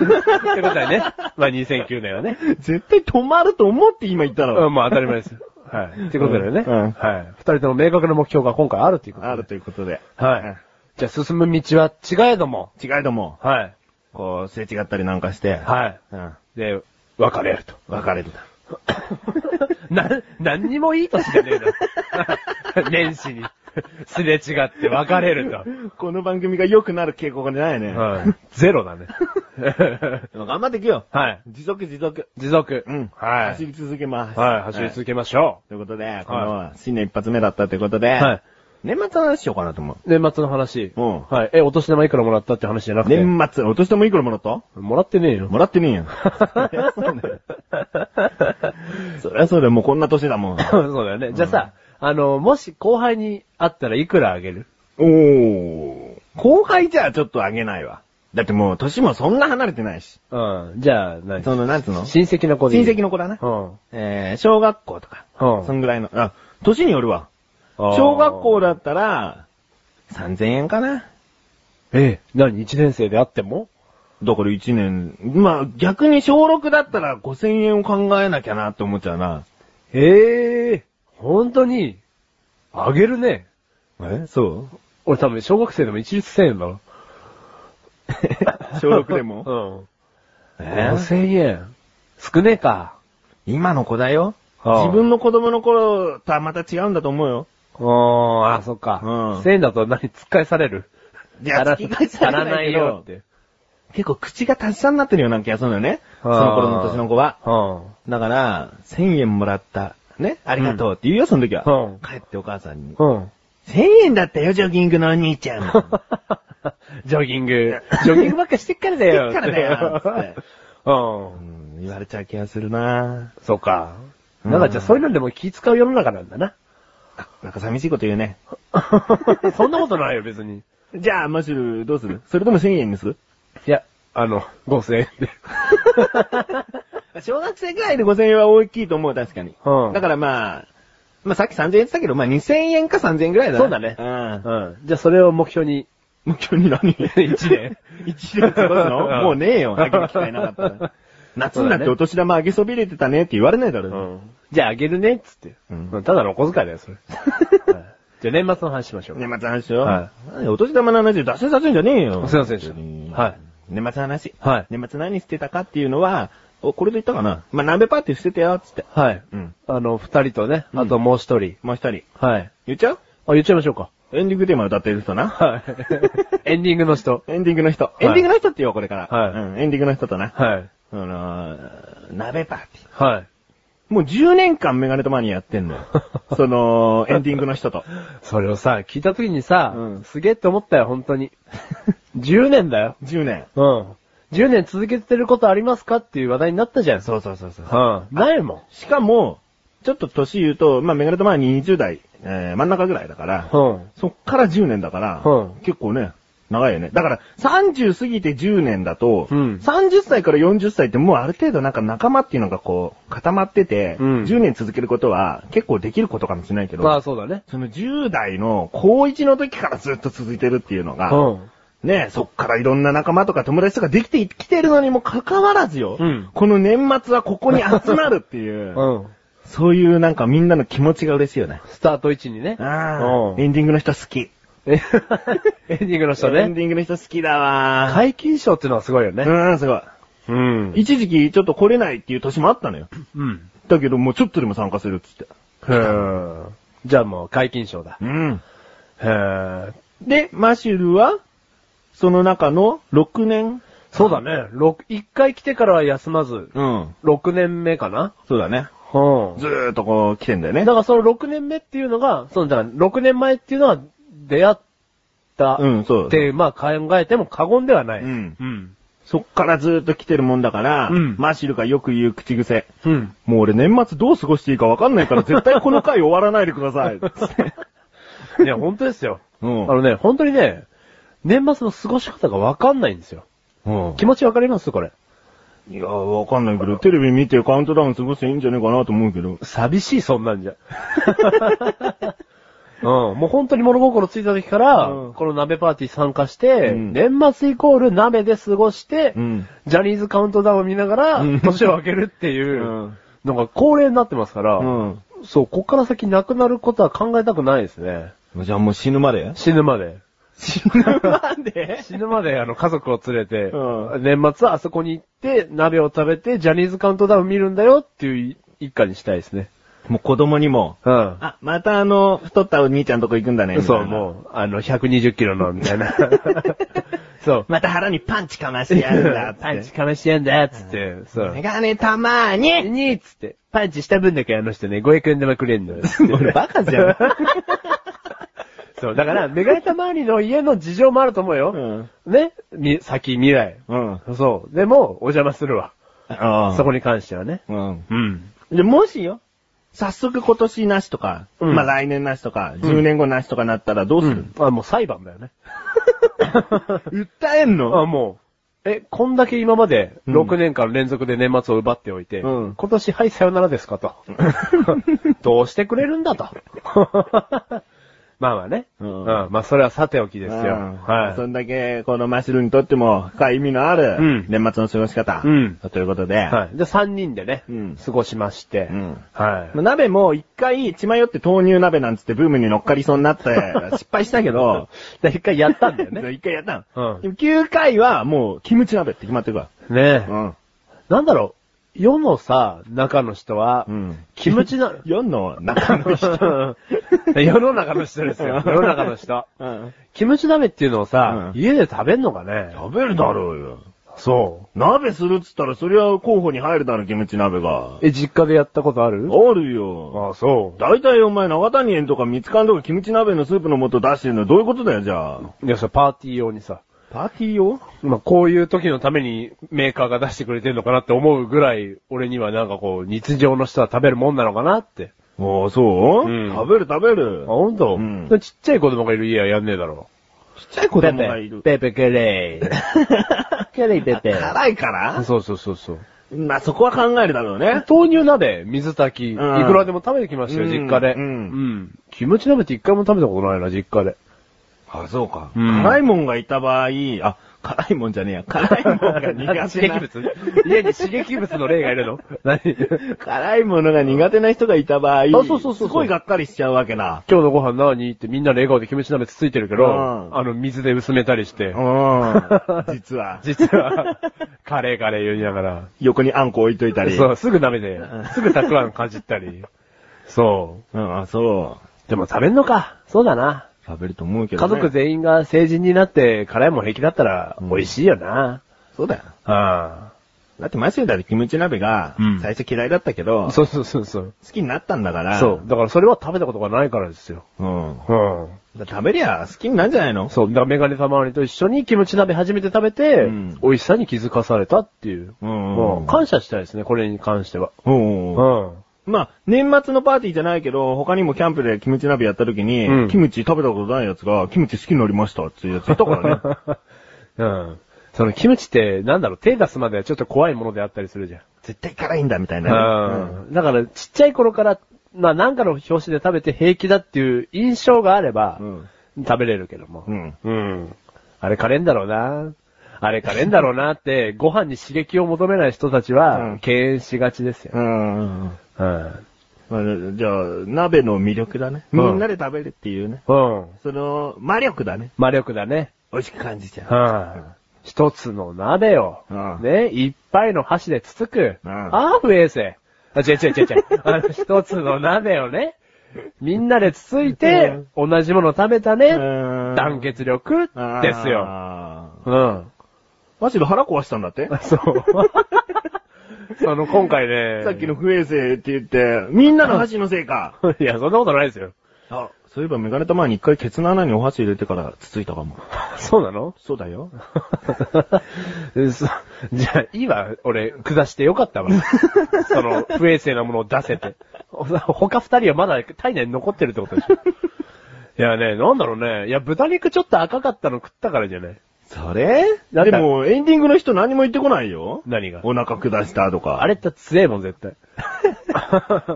Speaker 3: だ
Speaker 1: [laughs]
Speaker 3: よね。まあ2009年はね。
Speaker 1: 絶対止まると思って今言った
Speaker 3: う
Speaker 1: の。
Speaker 3: ん、まあ当たり前ですよ。はい。ってことだよね。
Speaker 1: うんうん
Speaker 3: はい。二人とも明確な目標が今回あるっていうこと。
Speaker 1: あるということで。
Speaker 3: はい。じゃあ進む道は違えども。
Speaker 1: 違いども、
Speaker 3: はい。
Speaker 1: こう、すれ違ったりなんかして、
Speaker 3: はい。
Speaker 1: うん。
Speaker 3: で、別れると。
Speaker 1: 別れるな。
Speaker 3: [laughs] な、何にもいい年じゃねえな。 [laughs] 年始に。すれ違って別れると。
Speaker 1: この番組が良くなる傾向がないね。
Speaker 3: はい。ゼロだね。 [laughs]
Speaker 1: でも頑張っていくよ。
Speaker 3: はい。
Speaker 1: 持続持続。
Speaker 3: 持続。
Speaker 1: うん。
Speaker 3: は
Speaker 1: 走
Speaker 3: い。
Speaker 1: り続けます。
Speaker 3: はい、走り続けましょ
Speaker 1: ということで、この新年一発目だったということで、
Speaker 3: はい
Speaker 1: 年末の話しようかなと思う。
Speaker 3: う。年末の話。
Speaker 1: うん
Speaker 3: はい。え、お年玉いくらもらったって話じゃなくて。
Speaker 1: 年末、お年玉いくらもらった
Speaker 3: もらってね
Speaker 1: [laughs]
Speaker 3: えよ。
Speaker 1: もらってねえよ。そりゃそうだよ、もうこんな年だもん。
Speaker 3: [laughs] そうだよね。じゃあさ、あの、もし後輩に会ったらいくらあげる
Speaker 1: おー。後輩じゃちょっとあげないわ。だってもう年もそんな離れてないし。
Speaker 3: うん。じゃあ、何
Speaker 1: その、なんつうの
Speaker 3: 親戚の子でい
Speaker 1: 親
Speaker 3: い。
Speaker 1: 戚の子だな。
Speaker 3: の。
Speaker 1: えー、小学校とか。
Speaker 3: うん。
Speaker 1: そ
Speaker 3: うん。
Speaker 1: んぐらいの。あ、年によるわ。小学校。だったら、3000円かな。
Speaker 3: え、何一年生であっても
Speaker 1: だから1年、まあ逆に小6だったら5000円を考えなきゃなって思っちゃうな。
Speaker 3: ええ、本当に。あげるね。
Speaker 1: えそ
Speaker 3: 俺多分小学生でも一律1000円だ [laughs] ろ。
Speaker 1: う [laughs] 小6でも
Speaker 3: うん。
Speaker 1: えー
Speaker 3: 5000円。少ねえか。
Speaker 1: 今の子だよ。
Speaker 3: ああ
Speaker 1: 自分の子供の頃とはまた違うんだと思うよ。
Speaker 3: うーん、あ、そっか。
Speaker 1: うん
Speaker 3: 1000円だと何、突っ返される。
Speaker 1: いや
Speaker 3: 足
Speaker 1: 突き返され
Speaker 3: 足
Speaker 1: ない
Speaker 3: らないよって。
Speaker 1: 結構口が達者になってるような気がするのよね。
Speaker 3: あ
Speaker 1: そ
Speaker 3: ー
Speaker 1: の頃の年の子は。
Speaker 3: うん。
Speaker 1: だから、1000円もらった。ねありがとうって言うよ、その時は。
Speaker 3: うん
Speaker 1: 帰ってお母さんに。
Speaker 3: うん。 [laughs]
Speaker 1: 1000円だったよ、ジョギングのお兄ちゃん。
Speaker 3: ジョギング。 [laughs] ジョギングばっかしてっからだよ。
Speaker 1: してっからだよ [laughs]
Speaker 3: よ。
Speaker 1: う
Speaker 3: [laughs] うん。
Speaker 1: ん、言われちゃう気がするな
Speaker 3: そうか。
Speaker 1: うん
Speaker 3: なんかじゃあそういうのでも気使う世の中なんだな。
Speaker 1: なんか寂しいこと言うね。
Speaker 3: [laughs] そんなことないよ、別に。
Speaker 1: じゃあ、マシュル、どうするそれとも1000円にする
Speaker 3: いや、あの、5000円で。
Speaker 1: [laughs] 小学生ぐらいで5000円は大きいと思う、確かに。
Speaker 3: うん
Speaker 1: だからまあ、まあさっき3000円って言ったけど、まあ2000円か3000円ぐらいだな。
Speaker 3: そうだね
Speaker 1: うん。
Speaker 3: [laughs] うん。じゃあそれを目標に。
Speaker 1: もう今日に何
Speaker 3: 一年
Speaker 1: [laughs] 一年過ごすの
Speaker 3: うん
Speaker 1: もうねえよ、あげる機会な [laughs] かったら。夏になってお年玉あげそびれてたねって言われないだろ。
Speaker 3: ん。じゃああげるね、っつって。
Speaker 1: うん
Speaker 3: ただのお小遣いだよ、 [laughs] それ。はいじゃあ年末の話しましょう。
Speaker 1: 年末の話よ。
Speaker 3: は
Speaker 1: 何お年玉の話出せさせんじゃねえよ。
Speaker 3: すいませんでした
Speaker 1: うん
Speaker 3: はい
Speaker 1: 年末の話。
Speaker 3: はい
Speaker 1: 年末何してたかっていうのは、お、これで言ったかなまあ、鍋パーティーしてたよ、つって。
Speaker 3: はい。
Speaker 1: うん。
Speaker 3: あの、二人とね、あともう一人。
Speaker 1: もう一人。
Speaker 3: はい。
Speaker 1: 言っちゃう
Speaker 3: あ、言っちゃいましょうか。
Speaker 1: エンディングテーマ歌ってる人な。
Speaker 3: [laughs] はい。エンディングの人。
Speaker 1: エンディングの人。
Speaker 3: い
Speaker 1: エンディングの人って言おう、これから。
Speaker 3: はい
Speaker 1: うん、エンディングの人とな。
Speaker 3: はい。
Speaker 1: あのー、鍋パーティー。
Speaker 3: はい。
Speaker 1: もう10年間メガネとマニアやってんの [laughs] よ。その、エンディングの人と。
Speaker 3: それをさ、聞いた時にさ、
Speaker 1: うん
Speaker 3: すげえって思ったよ、本当 [laughs] に。10年だよ。
Speaker 1: 10年。
Speaker 3: うん。10年続けてることありますかっていう話題になったじゃん。
Speaker 1: そうそうそうそう。
Speaker 3: うん。ないもん。
Speaker 1: しかも、ちょっと年言うと、まあメガネとマニア20代、えー、真ん中ぐらいだから、
Speaker 3: うん。
Speaker 1: そっから10年だから、
Speaker 3: うん
Speaker 1: 結構ね、長いよね。だから、30過ぎて10年だと、
Speaker 3: うん
Speaker 1: 30歳から40歳ってもうある程度なんか仲間っていうのがこう、固まってて、
Speaker 3: うん
Speaker 1: 10年続けることは結構できることかもしれないけど、
Speaker 3: まあそうだね。
Speaker 1: その10代の高1の時からずっと続いてるっていうのが、
Speaker 3: うん。
Speaker 1: ねえ、そっからいろんな仲間とか友達とかできてきてるのにもかかわらずよ、
Speaker 3: うん
Speaker 1: この年末はここに集まるっていう、
Speaker 3: うん。
Speaker 1: そういうなんかみんなの気持ちが嬉しいよね。
Speaker 3: スタート位置にね。
Speaker 1: ああ、
Speaker 3: [laughs] うん
Speaker 1: エンディングの人好き。
Speaker 3: エンディングの人
Speaker 1: エン
Speaker 3: ね。
Speaker 1: ディングの人好きだわ。い。
Speaker 3: 解禁賞ってのはすごいよ
Speaker 1: う
Speaker 3: ね。
Speaker 1: ーん、すごい。
Speaker 3: うん。
Speaker 1: 一時期ちょっと来れないっていう年もあったのよ。
Speaker 3: うん。
Speaker 1: だけどもうちょっとでも参加するっつって。
Speaker 3: へーじゃあもう解禁賞だ。
Speaker 1: うん。
Speaker 3: へー
Speaker 1: で、マシュルは、その中の6年。
Speaker 3: そうだね。六一回来てからは休まず、
Speaker 1: うん。
Speaker 3: 6年目かな
Speaker 1: そうだね。
Speaker 3: うん。
Speaker 1: ずーっとこう来てんだよね
Speaker 3: だ。からその6年目っていうのが、そのだから6年前っていうのは出会った
Speaker 1: う
Speaker 3: っ
Speaker 1: ん、そう。
Speaker 3: て、まあ考えても過言ではない。
Speaker 1: うん
Speaker 3: うん。
Speaker 1: そっからずーっと来てるもんだから、
Speaker 3: うん
Speaker 1: マシルがよく言う口癖。
Speaker 3: うん。
Speaker 1: もう俺年末どう過ごしていいかわかんないから絶対この回終わらないでくだ
Speaker 3: [laughs]
Speaker 1: さい。つって
Speaker 3: いや、本当ですよ。
Speaker 1: う
Speaker 3: あ
Speaker 1: ん。
Speaker 3: のね、本当にね、年末の過ごし方がわかんないんですよ。
Speaker 1: うん
Speaker 3: 気持ちわかりますこれ。
Speaker 1: いや、わかんないけど、テレビ見てカウントダウン過ごしていいんじゃねえかなと思うけど。
Speaker 3: 寂しい、そんなん
Speaker 1: [laughs]
Speaker 3: じゃ。うん、もう本当に物心ついた時から、
Speaker 1: うん
Speaker 3: この鍋パーティー参加して、
Speaker 1: うん
Speaker 3: 年末イコール鍋で過ごして、
Speaker 1: うん
Speaker 3: ジャニーズカウントダウンを見ながら、
Speaker 1: うん
Speaker 3: 年を明けるっていう、
Speaker 1: うん
Speaker 3: のが恒例になってますから、
Speaker 1: うん。
Speaker 3: そう、こっから先なくなることは考えたくないですね。
Speaker 1: じゃあもう死ぬまで
Speaker 3: 死ぬまで。
Speaker 1: 死ぬまで
Speaker 3: [laughs] 死ぬまで、あの、家族を連れて、
Speaker 1: う
Speaker 3: 年末はあそこに行って、鍋を食べて、ジャニーズカウントダウン見るんだよっていう一家にしたいですね。
Speaker 1: [laughs] もう子供にも、
Speaker 3: うん。
Speaker 1: あ、またあの、太ったお兄ちゃんとこ行くんだね。みたい
Speaker 3: そ
Speaker 1: な
Speaker 3: う、もう、あの、120キロの、みたい [laughs] な。そう。
Speaker 1: また腹にパンチかましてやるん
Speaker 3: [laughs]
Speaker 1: だ、
Speaker 3: パンチ
Speaker 1: [laughs] つって。
Speaker 3: かましてやんだ、つって。そう
Speaker 1: メ。ガネたまーに
Speaker 3: にっつって。パンチした分だけあの人ね、500円玉くれんの [laughs] よ。つって
Speaker 1: 俺バカじゃん。
Speaker 3: [laughs] そう、だから、メガネたまわりの家の事情もあると思うよ。ねみ、先、未来。
Speaker 1: うん。
Speaker 3: そう。でも、お邪魔するわ。
Speaker 1: あ
Speaker 3: そこに関してはね。
Speaker 1: うん。
Speaker 3: うん。
Speaker 1: で、もしよ、早速今年なしとか、
Speaker 3: うん
Speaker 1: まあ来年なしとか、10年後なしとかなったらどうする、
Speaker 3: あ、もう裁判だよね。
Speaker 1: 訴えん
Speaker 3: あ、もう。え、こんだけ今まで
Speaker 1: うん
Speaker 3: 6年間連続で年末を奪っておいて、
Speaker 1: うん
Speaker 3: 今
Speaker 1: [laughs]
Speaker 3: 年はいさよならですかと。どうしてくれるんだと。まあまあね。
Speaker 1: う
Speaker 3: うんん。まあそれはさておきですよ。
Speaker 1: うん
Speaker 3: はい
Speaker 1: そ。んだけ、このマシュルにとっても深い意味のあ
Speaker 3: う
Speaker 1: る
Speaker 3: ん、
Speaker 1: 年末の過ごし方。
Speaker 3: うん
Speaker 1: ということで、
Speaker 3: はい。で、3人でね、
Speaker 1: うん
Speaker 3: 過ごしまして、
Speaker 1: うん
Speaker 3: はい
Speaker 1: まあ。鍋も一回血迷って豆乳鍋なんつってブームに乗っかりそうにな [laughs] って、失敗したけど、
Speaker 3: で、一回やったんだ
Speaker 1: [laughs]
Speaker 3: よね。
Speaker 1: 一回やった
Speaker 3: う
Speaker 1: の。でも9回はもうキムチ鍋って決まってるか
Speaker 3: ん。ねえ
Speaker 1: ら。。うん。
Speaker 3: なんだろう、世のさ、中の人は、
Speaker 1: うん
Speaker 3: キムチな、
Speaker 1: 4の中の人。
Speaker 3: 世の中の人ですよ。世の中の人。
Speaker 1: [laughs] うん。
Speaker 3: キムチ鍋っていうのをさ、
Speaker 1: うん
Speaker 3: 家で食べんのかね
Speaker 1: 食べるだろうよ。
Speaker 3: そ
Speaker 1: 鍋するっつったらそりゃ候補に入るだろ、キムチ鍋が
Speaker 3: う。。え、実家でやったことある
Speaker 1: あるよ。
Speaker 3: あ、そ
Speaker 1: だいたいお前長谷園とか三つ缶とかキムチ鍋のスープの素出してるのどういうことだよ、じゃあ。
Speaker 3: う。いや、それパーティー用にさ、
Speaker 1: パーティー用
Speaker 3: まあ、こういう時のためにメーカーが出してくれてるのかなって思うぐらい、俺にはなんかこう、日常の人は食べるもんなのかなって。
Speaker 1: ああ、そう、
Speaker 3: うん
Speaker 1: 食べる食べる
Speaker 3: あ、。ほんと、
Speaker 1: うん
Speaker 3: ちっちゃい子供がいる家はやんねえだろ。
Speaker 1: ちっちゃい子供がいる。
Speaker 2: ペペケレイ。ケレイペペ。
Speaker 1: 辛いから
Speaker 3: そうそうそうそう。
Speaker 1: まあ、そこは考えるだろうね。
Speaker 3: 豆乳鍋、水炊き、いく
Speaker 1: うん
Speaker 3: らでも食べてきましたよ、
Speaker 1: うん
Speaker 3: 実家で。
Speaker 1: う
Speaker 3: うんん。キムチ鍋って一回も食べたことないな、実家で。
Speaker 1: あ、そうか。
Speaker 3: うん
Speaker 1: 辛いもんがいた場合、あ、辛いもんじゃねえや。 [laughs] 辛いもんが苦手な。
Speaker 3: 家に刺激物の例がいるの何今
Speaker 1: [laughs] 辛いものが苦手な人がいた場合、
Speaker 3: そうそうそうそう
Speaker 1: すごいがっかりしちゃうわけだ。
Speaker 3: 日のご飯何ってみんなの笑顔でキムチ鍋つついてるけど、
Speaker 1: うん
Speaker 3: あの、水で薄めたりして
Speaker 1: う、ん。 [laughs] 実は、
Speaker 3: 実は、 [laughs] カレーカレー言いながら、
Speaker 1: 横にあんこ置いといたり。。
Speaker 3: そう、すぐ鍋で、すぐたくあんかじったり。そう
Speaker 1: ん、あ、そう。
Speaker 3: う。でも食べんのか。そうだな。
Speaker 1: 食べると思うけど、
Speaker 3: 家
Speaker 1: ね。
Speaker 3: 族全員が成人になって辛いもん平気だったら美味しいよな。
Speaker 1: そうだよ。
Speaker 3: あ
Speaker 1: だってマシューだってキムチ鍋が
Speaker 3: う、ん
Speaker 1: 最初嫌いだったけど、
Speaker 3: あ。
Speaker 1: 好
Speaker 3: そうそうそうそう。
Speaker 1: きになったんだから。
Speaker 3: そう。。だからそれは食べたことがないからですよ。
Speaker 1: うん。
Speaker 3: う
Speaker 1: だ
Speaker 3: ん。
Speaker 1: から食べりゃ好きになるんじゃないの
Speaker 3: そう。だからメガネたまわりと一緒にキムチ鍋初めて食べて、
Speaker 1: うん
Speaker 3: 美味しさに気づかされたっていう。
Speaker 1: うんうんうん
Speaker 3: も感謝したいですね、これに関しては。
Speaker 1: うんうんうん。
Speaker 3: ん。
Speaker 1: まあ、年末のパーティーじゃないけど、他にもキャンプでキムチ鍋やった時に、
Speaker 3: うん
Speaker 1: キムチ食べたことないやつが、キムチ好きになりましたっていうやついたからね。
Speaker 3: [laughs] [laughs] うん。そのキムチって、なんだろう、手出すまではちょっと怖いものであったりするじゃん。
Speaker 1: 絶対辛いんだみたいなね。
Speaker 3: うん。だから、ちっちゃい頃から、まあ、なんかの表紙で食べて平気だっていう印象があれば、
Speaker 1: うん
Speaker 3: 食べれるけども。
Speaker 1: うん。
Speaker 3: うん。あれカレんだろうな。あれカレんだろうなって、ご飯に刺激を求めない人たち
Speaker 1: うん
Speaker 3: は、敬遠しがちですよ。
Speaker 1: うん。うん
Speaker 3: うん。
Speaker 1: まあじゃあ、鍋の魅力だね。み
Speaker 3: うん
Speaker 1: んなで食べるっていうね。
Speaker 3: うん。
Speaker 1: その、魔力だね。
Speaker 3: 魔力だね。
Speaker 1: 美味しく感じちゃう。
Speaker 3: うん。一つの鍋を
Speaker 1: うん、
Speaker 3: ね、いっぱいの箸でつつく。
Speaker 1: うん
Speaker 3: ああ、不衛生。あ、違う違う違う違う。
Speaker 1: [laughs]
Speaker 3: あの、一つの鍋をね、みんなでつついて、同じもの食べたね。団
Speaker 1: 断
Speaker 3: 結力ですよ。
Speaker 1: よ。
Speaker 3: うん。
Speaker 1: マシル腹壊したんだ
Speaker 3: [laughs]
Speaker 1: って
Speaker 3: そう。
Speaker 1: [laughs]
Speaker 3: その、今回ね。
Speaker 1: さっきの不衛生って言って、みんなの箸のせいか。
Speaker 3: いや、そんなことないですよ。
Speaker 1: あ、そういえばメガネた前に一回ケツの穴にお箸入れてからつついたかも。
Speaker 3: そうなの
Speaker 1: そうだ [laughs] よ。
Speaker 3: [laughs] そじゃあ、いいわ、俺、下してよかった [laughs] わ。その、不衛生なものを出せて。 [laughs] ほ他二人はまだ体内に残ってるってこと [laughs] でしょ。いやね、なんだろうね。いや、豚肉ちょっと赤かったの食ったからじゃない
Speaker 1: それ
Speaker 3: なん
Speaker 1: で
Speaker 3: だ
Speaker 1: も、エンディングの人何も言ってこないよ。
Speaker 3: 何が。
Speaker 1: お腹下したとか。
Speaker 3: あれって強えもん、絶対。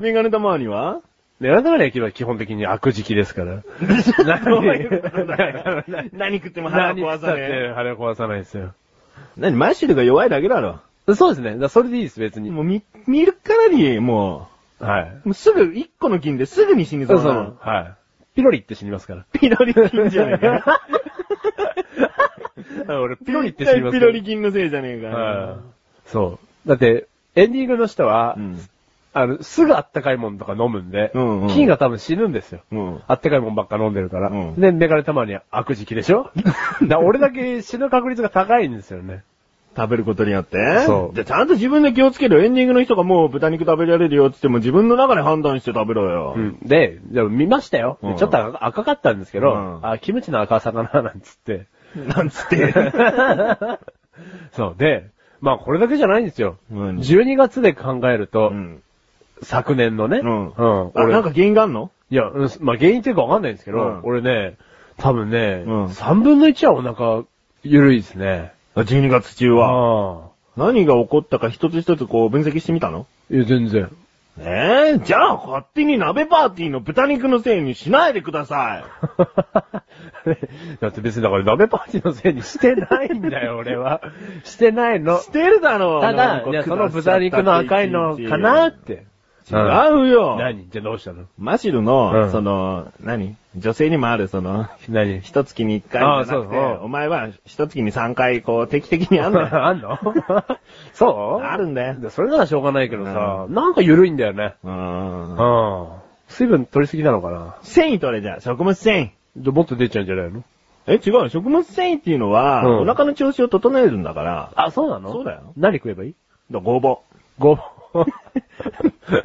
Speaker 1: メガネたまには
Speaker 3: [laughs] ね、あなたの焼きは基本的に悪食期ですから。何
Speaker 1: [laughs] 何食っても腹
Speaker 3: [laughs] 何食
Speaker 1: 壊
Speaker 3: った
Speaker 1: さ
Speaker 3: っ
Speaker 1: ねえ。
Speaker 3: て腹壊さないですよ。
Speaker 1: 何、マシルが弱いだけだろ。
Speaker 3: そうですね。だからそれでいいです、別に。
Speaker 1: もう見、見るからに、も
Speaker 3: はい。
Speaker 1: う、もうすぐ、一個の菌ですぐに死に
Speaker 3: そ
Speaker 1: そうう
Speaker 3: そ
Speaker 1: な。
Speaker 3: う。はい。ピロリって死にますから。
Speaker 1: ピロリ菌じゃねえ
Speaker 3: [laughs]
Speaker 1: か。
Speaker 3: 俺、ピ
Speaker 1: ピ
Speaker 3: ロ
Speaker 1: ロ
Speaker 3: リ
Speaker 1: リ
Speaker 3: っ
Speaker 1: ってて
Speaker 3: 死にます
Speaker 1: ピロリ菌のせいじゃねえか。
Speaker 3: はい。そう。だって、エンディングの人は、
Speaker 1: うん
Speaker 3: あの、すぐあったかいもんとか飲むんで、
Speaker 1: うんうん
Speaker 3: 菌が多分死ぬんですよ。
Speaker 1: うん
Speaker 3: あったかいもんばっか飲んでるから。
Speaker 1: うん
Speaker 3: で、メガネたまに悪時期で
Speaker 1: [laughs]
Speaker 3: しょだから俺だけ死ぬ確率が高いんですよね。
Speaker 1: 食べることによって
Speaker 3: そう
Speaker 1: じゃあちゃんと自分で気をつける。エンディングの人がもう豚肉食べられるよって言っても自分の中で判断して食べろよ。
Speaker 3: うんで、でも見ましたよ。
Speaker 1: うん
Speaker 3: でちょっと赤かったんですけど、
Speaker 1: うん
Speaker 3: あ、キムチの赤さかな、なんつって。
Speaker 1: なんつ [laughs] って。
Speaker 3: [laughs] そう。で、まあこれだけじゃないんですよ。
Speaker 1: 何
Speaker 3: 12月で考えると、
Speaker 1: うん。
Speaker 3: 昨年のね。
Speaker 1: うん。
Speaker 3: うん。
Speaker 1: あ、
Speaker 3: 俺
Speaker 1: なんか原因があんの
Speaker 3: いや、うんまあ原因っていうかわかんないんですけど、
Speaker 1: うん
Speaker 3: 俺ね、多分ね、
Speaker 1: うん
Speaker 3: 3分の1はお腹、ゆるいですね。
Speaker 1: あ ?12 月中は。
Speaker 3: ああ。
Speaker 1: 何が起こったか一つ一つこう分析してみたの
Speaker 3: いや、全然。 [laughs]
Speaker 1: ええじゃあ勝手に鍋パーティーの豚肉のせいにしないでください。
Speaker 3: だって別にだから鍋パーティーのせいにしてないんだよ、俺は。してないの。
Speaker 1: してるだろう。
Speaker 3: た
Speaker 1: なん
Speaker 3: だ、
Speaker 1: か
Speaker 3: いやその豚肉の赤いのかなって。
Speaker 1: 違うよ。
Speaker 3: 何じゃあどうしたの
Speaker 1: マシルの、
Speaker 3: うん
Speaker 1: その、何女性にもある、その、
Speaker 3: 何
Speaker 1: 一月に一回じゃなくて
Speaker 3: ああそう
Speaker 1: お前は一月に三回、こう、定期的にあんだよ。
Speaker 3: [laughs] あんのそう
Speaker 1: あるんだよ。
Speaker 3: それならしょうがないけどさ、なんか緩いんだよね。
Speaker 1: う。
Speaker 3: うんん。水分取りすぎなのかな
Speaker 1: 繊維取れじゃん、食物繊維。
Speaker 3: じゃあもっと出ちゃうんじゃないの
Speaker 1: え、違う。食物繊維っていうのは、
Speaker 3: うん
Speaker 1: お腹の調子を整えるんだから、だか
Speaker 3: あ、そうなの
Speaker 1: そうだよ
Speaker 3: 何食えばいい
Speaker 1: らごぼ
Speaker 3: ごぼう。
Speaker 1: う。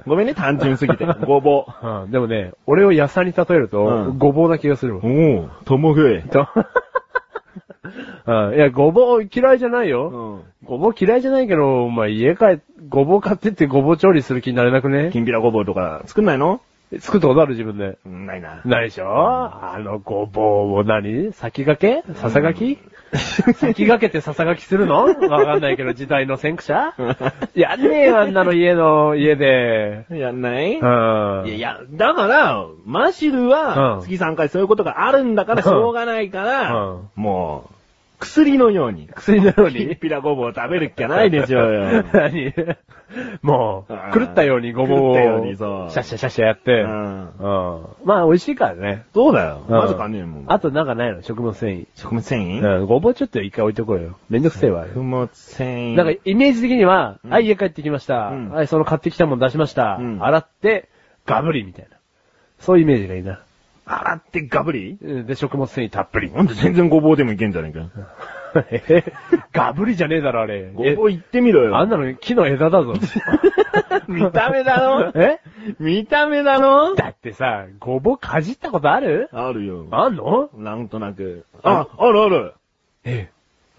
Speaker 1: ごめんね、単純すぎて。ごぼ
Speaker 3: [laughs] うん、でもね、俺を野菜に例えると、
Speaker 1: うん
Speaker 3: ごぼうな気がするわ
Speaker 1: う。。おう、ともふえ。
Speaker 3: とうん、いや、ごぼう嫌いじゃないよ。ごぼう嫌いじゃないけど、お前家帰っ、ごぼう買ってってごぼう調理する気になれなくね
Speaker 1: きんぴらごぼうとか作んないの
Speaker 3: 作ったことある自分で。
Speaker 1: うんないな。
Speaker 3: ないでしょ、あのごぼうを何先駆けささがき、先駆けてささがきするのわかんないけど、時代の先駆者やんねえよ、あんなの家の、家で。
Speaker 1: やんないういや、い
Speaker 3: ん。
Speaker 1: や、だから、マシル
Speaker 3: う
Speaker 1: は
Speaker 3: ん、
Speaker 1: 月3回そういうことがあるんだから、
Speaker 3: うん
Speaker 1: しょうがないから、
Speaker 3: うん
Speaker 1: もう、薬のように、
Speaker 3: 薬のよう
Speaker 1: きん
Speaker 3: に。
Speaker 1: ぴらごぼうを食べるっきゃないでしょうよ。
Speaker 3: 何も
Speaker 1: あ
Speaker 3: う、
Speaker 1: ー
Speaker 3: 狂ったようにごぼう
Speaker 1: 狂
Speaker 3: を、シ
Speaker 1: ったようにそ
Speaker 3: ャ
Speaker 1: う
Speaker 3: ッシャシャッシャやって、
Speaker 1: [laughs] う
Speaker 3: うん。
Speaker 1: ん。
Speaker 3: まあ、美味しいからね。
Speaker 1: そうだよ。
Speaker 3: うん
Speaker 1: まずかねえもん。
Speaker 3: あとなんかないの食物繊
Speaker 1: 食物繊維
Speaker 3: 維。うん。ごぼうちょっと一回置いとこうよ。めんどくせえわ。
Speaker 1: 食物繊維。
Speaker 3: なんか、イメージ的には、
Speaker 1: うん
Speaker 3: はい、家帰ってきました。
Speaker 1: うん
Speaker 3: はい、その買ってきたもん出しました。
Speaker 1: うん
Speaker 3: 洗って、ガブリみたいな。そういうイメージがいいな。
Speaker 1: 洗ってガブリ
Speaker 3: うんで、食物繊維たっぷり。
Speaker 1: なんで全然ごぼうでもいけんじゃねえか。 [laughs]
Speaker 3: えガブリじゃねえだろ、あれ。
Speaker 1: ごぼう行ってみろ
Speaker 3: えあん
Speaker 1: よ。
Speaker 3: なの木の枝だぞ。
Speaker 1: [laughs] 見た目だろ
Speaker 3: え
Speaker 1: 見た目だろ
Speaker 3: だってさ、ごぼうかじったことある
Speaker 1: あるよ。
Speaker 3: あんの
Speaker 1: なんとなく。あ、あるある。
Speaker 3: え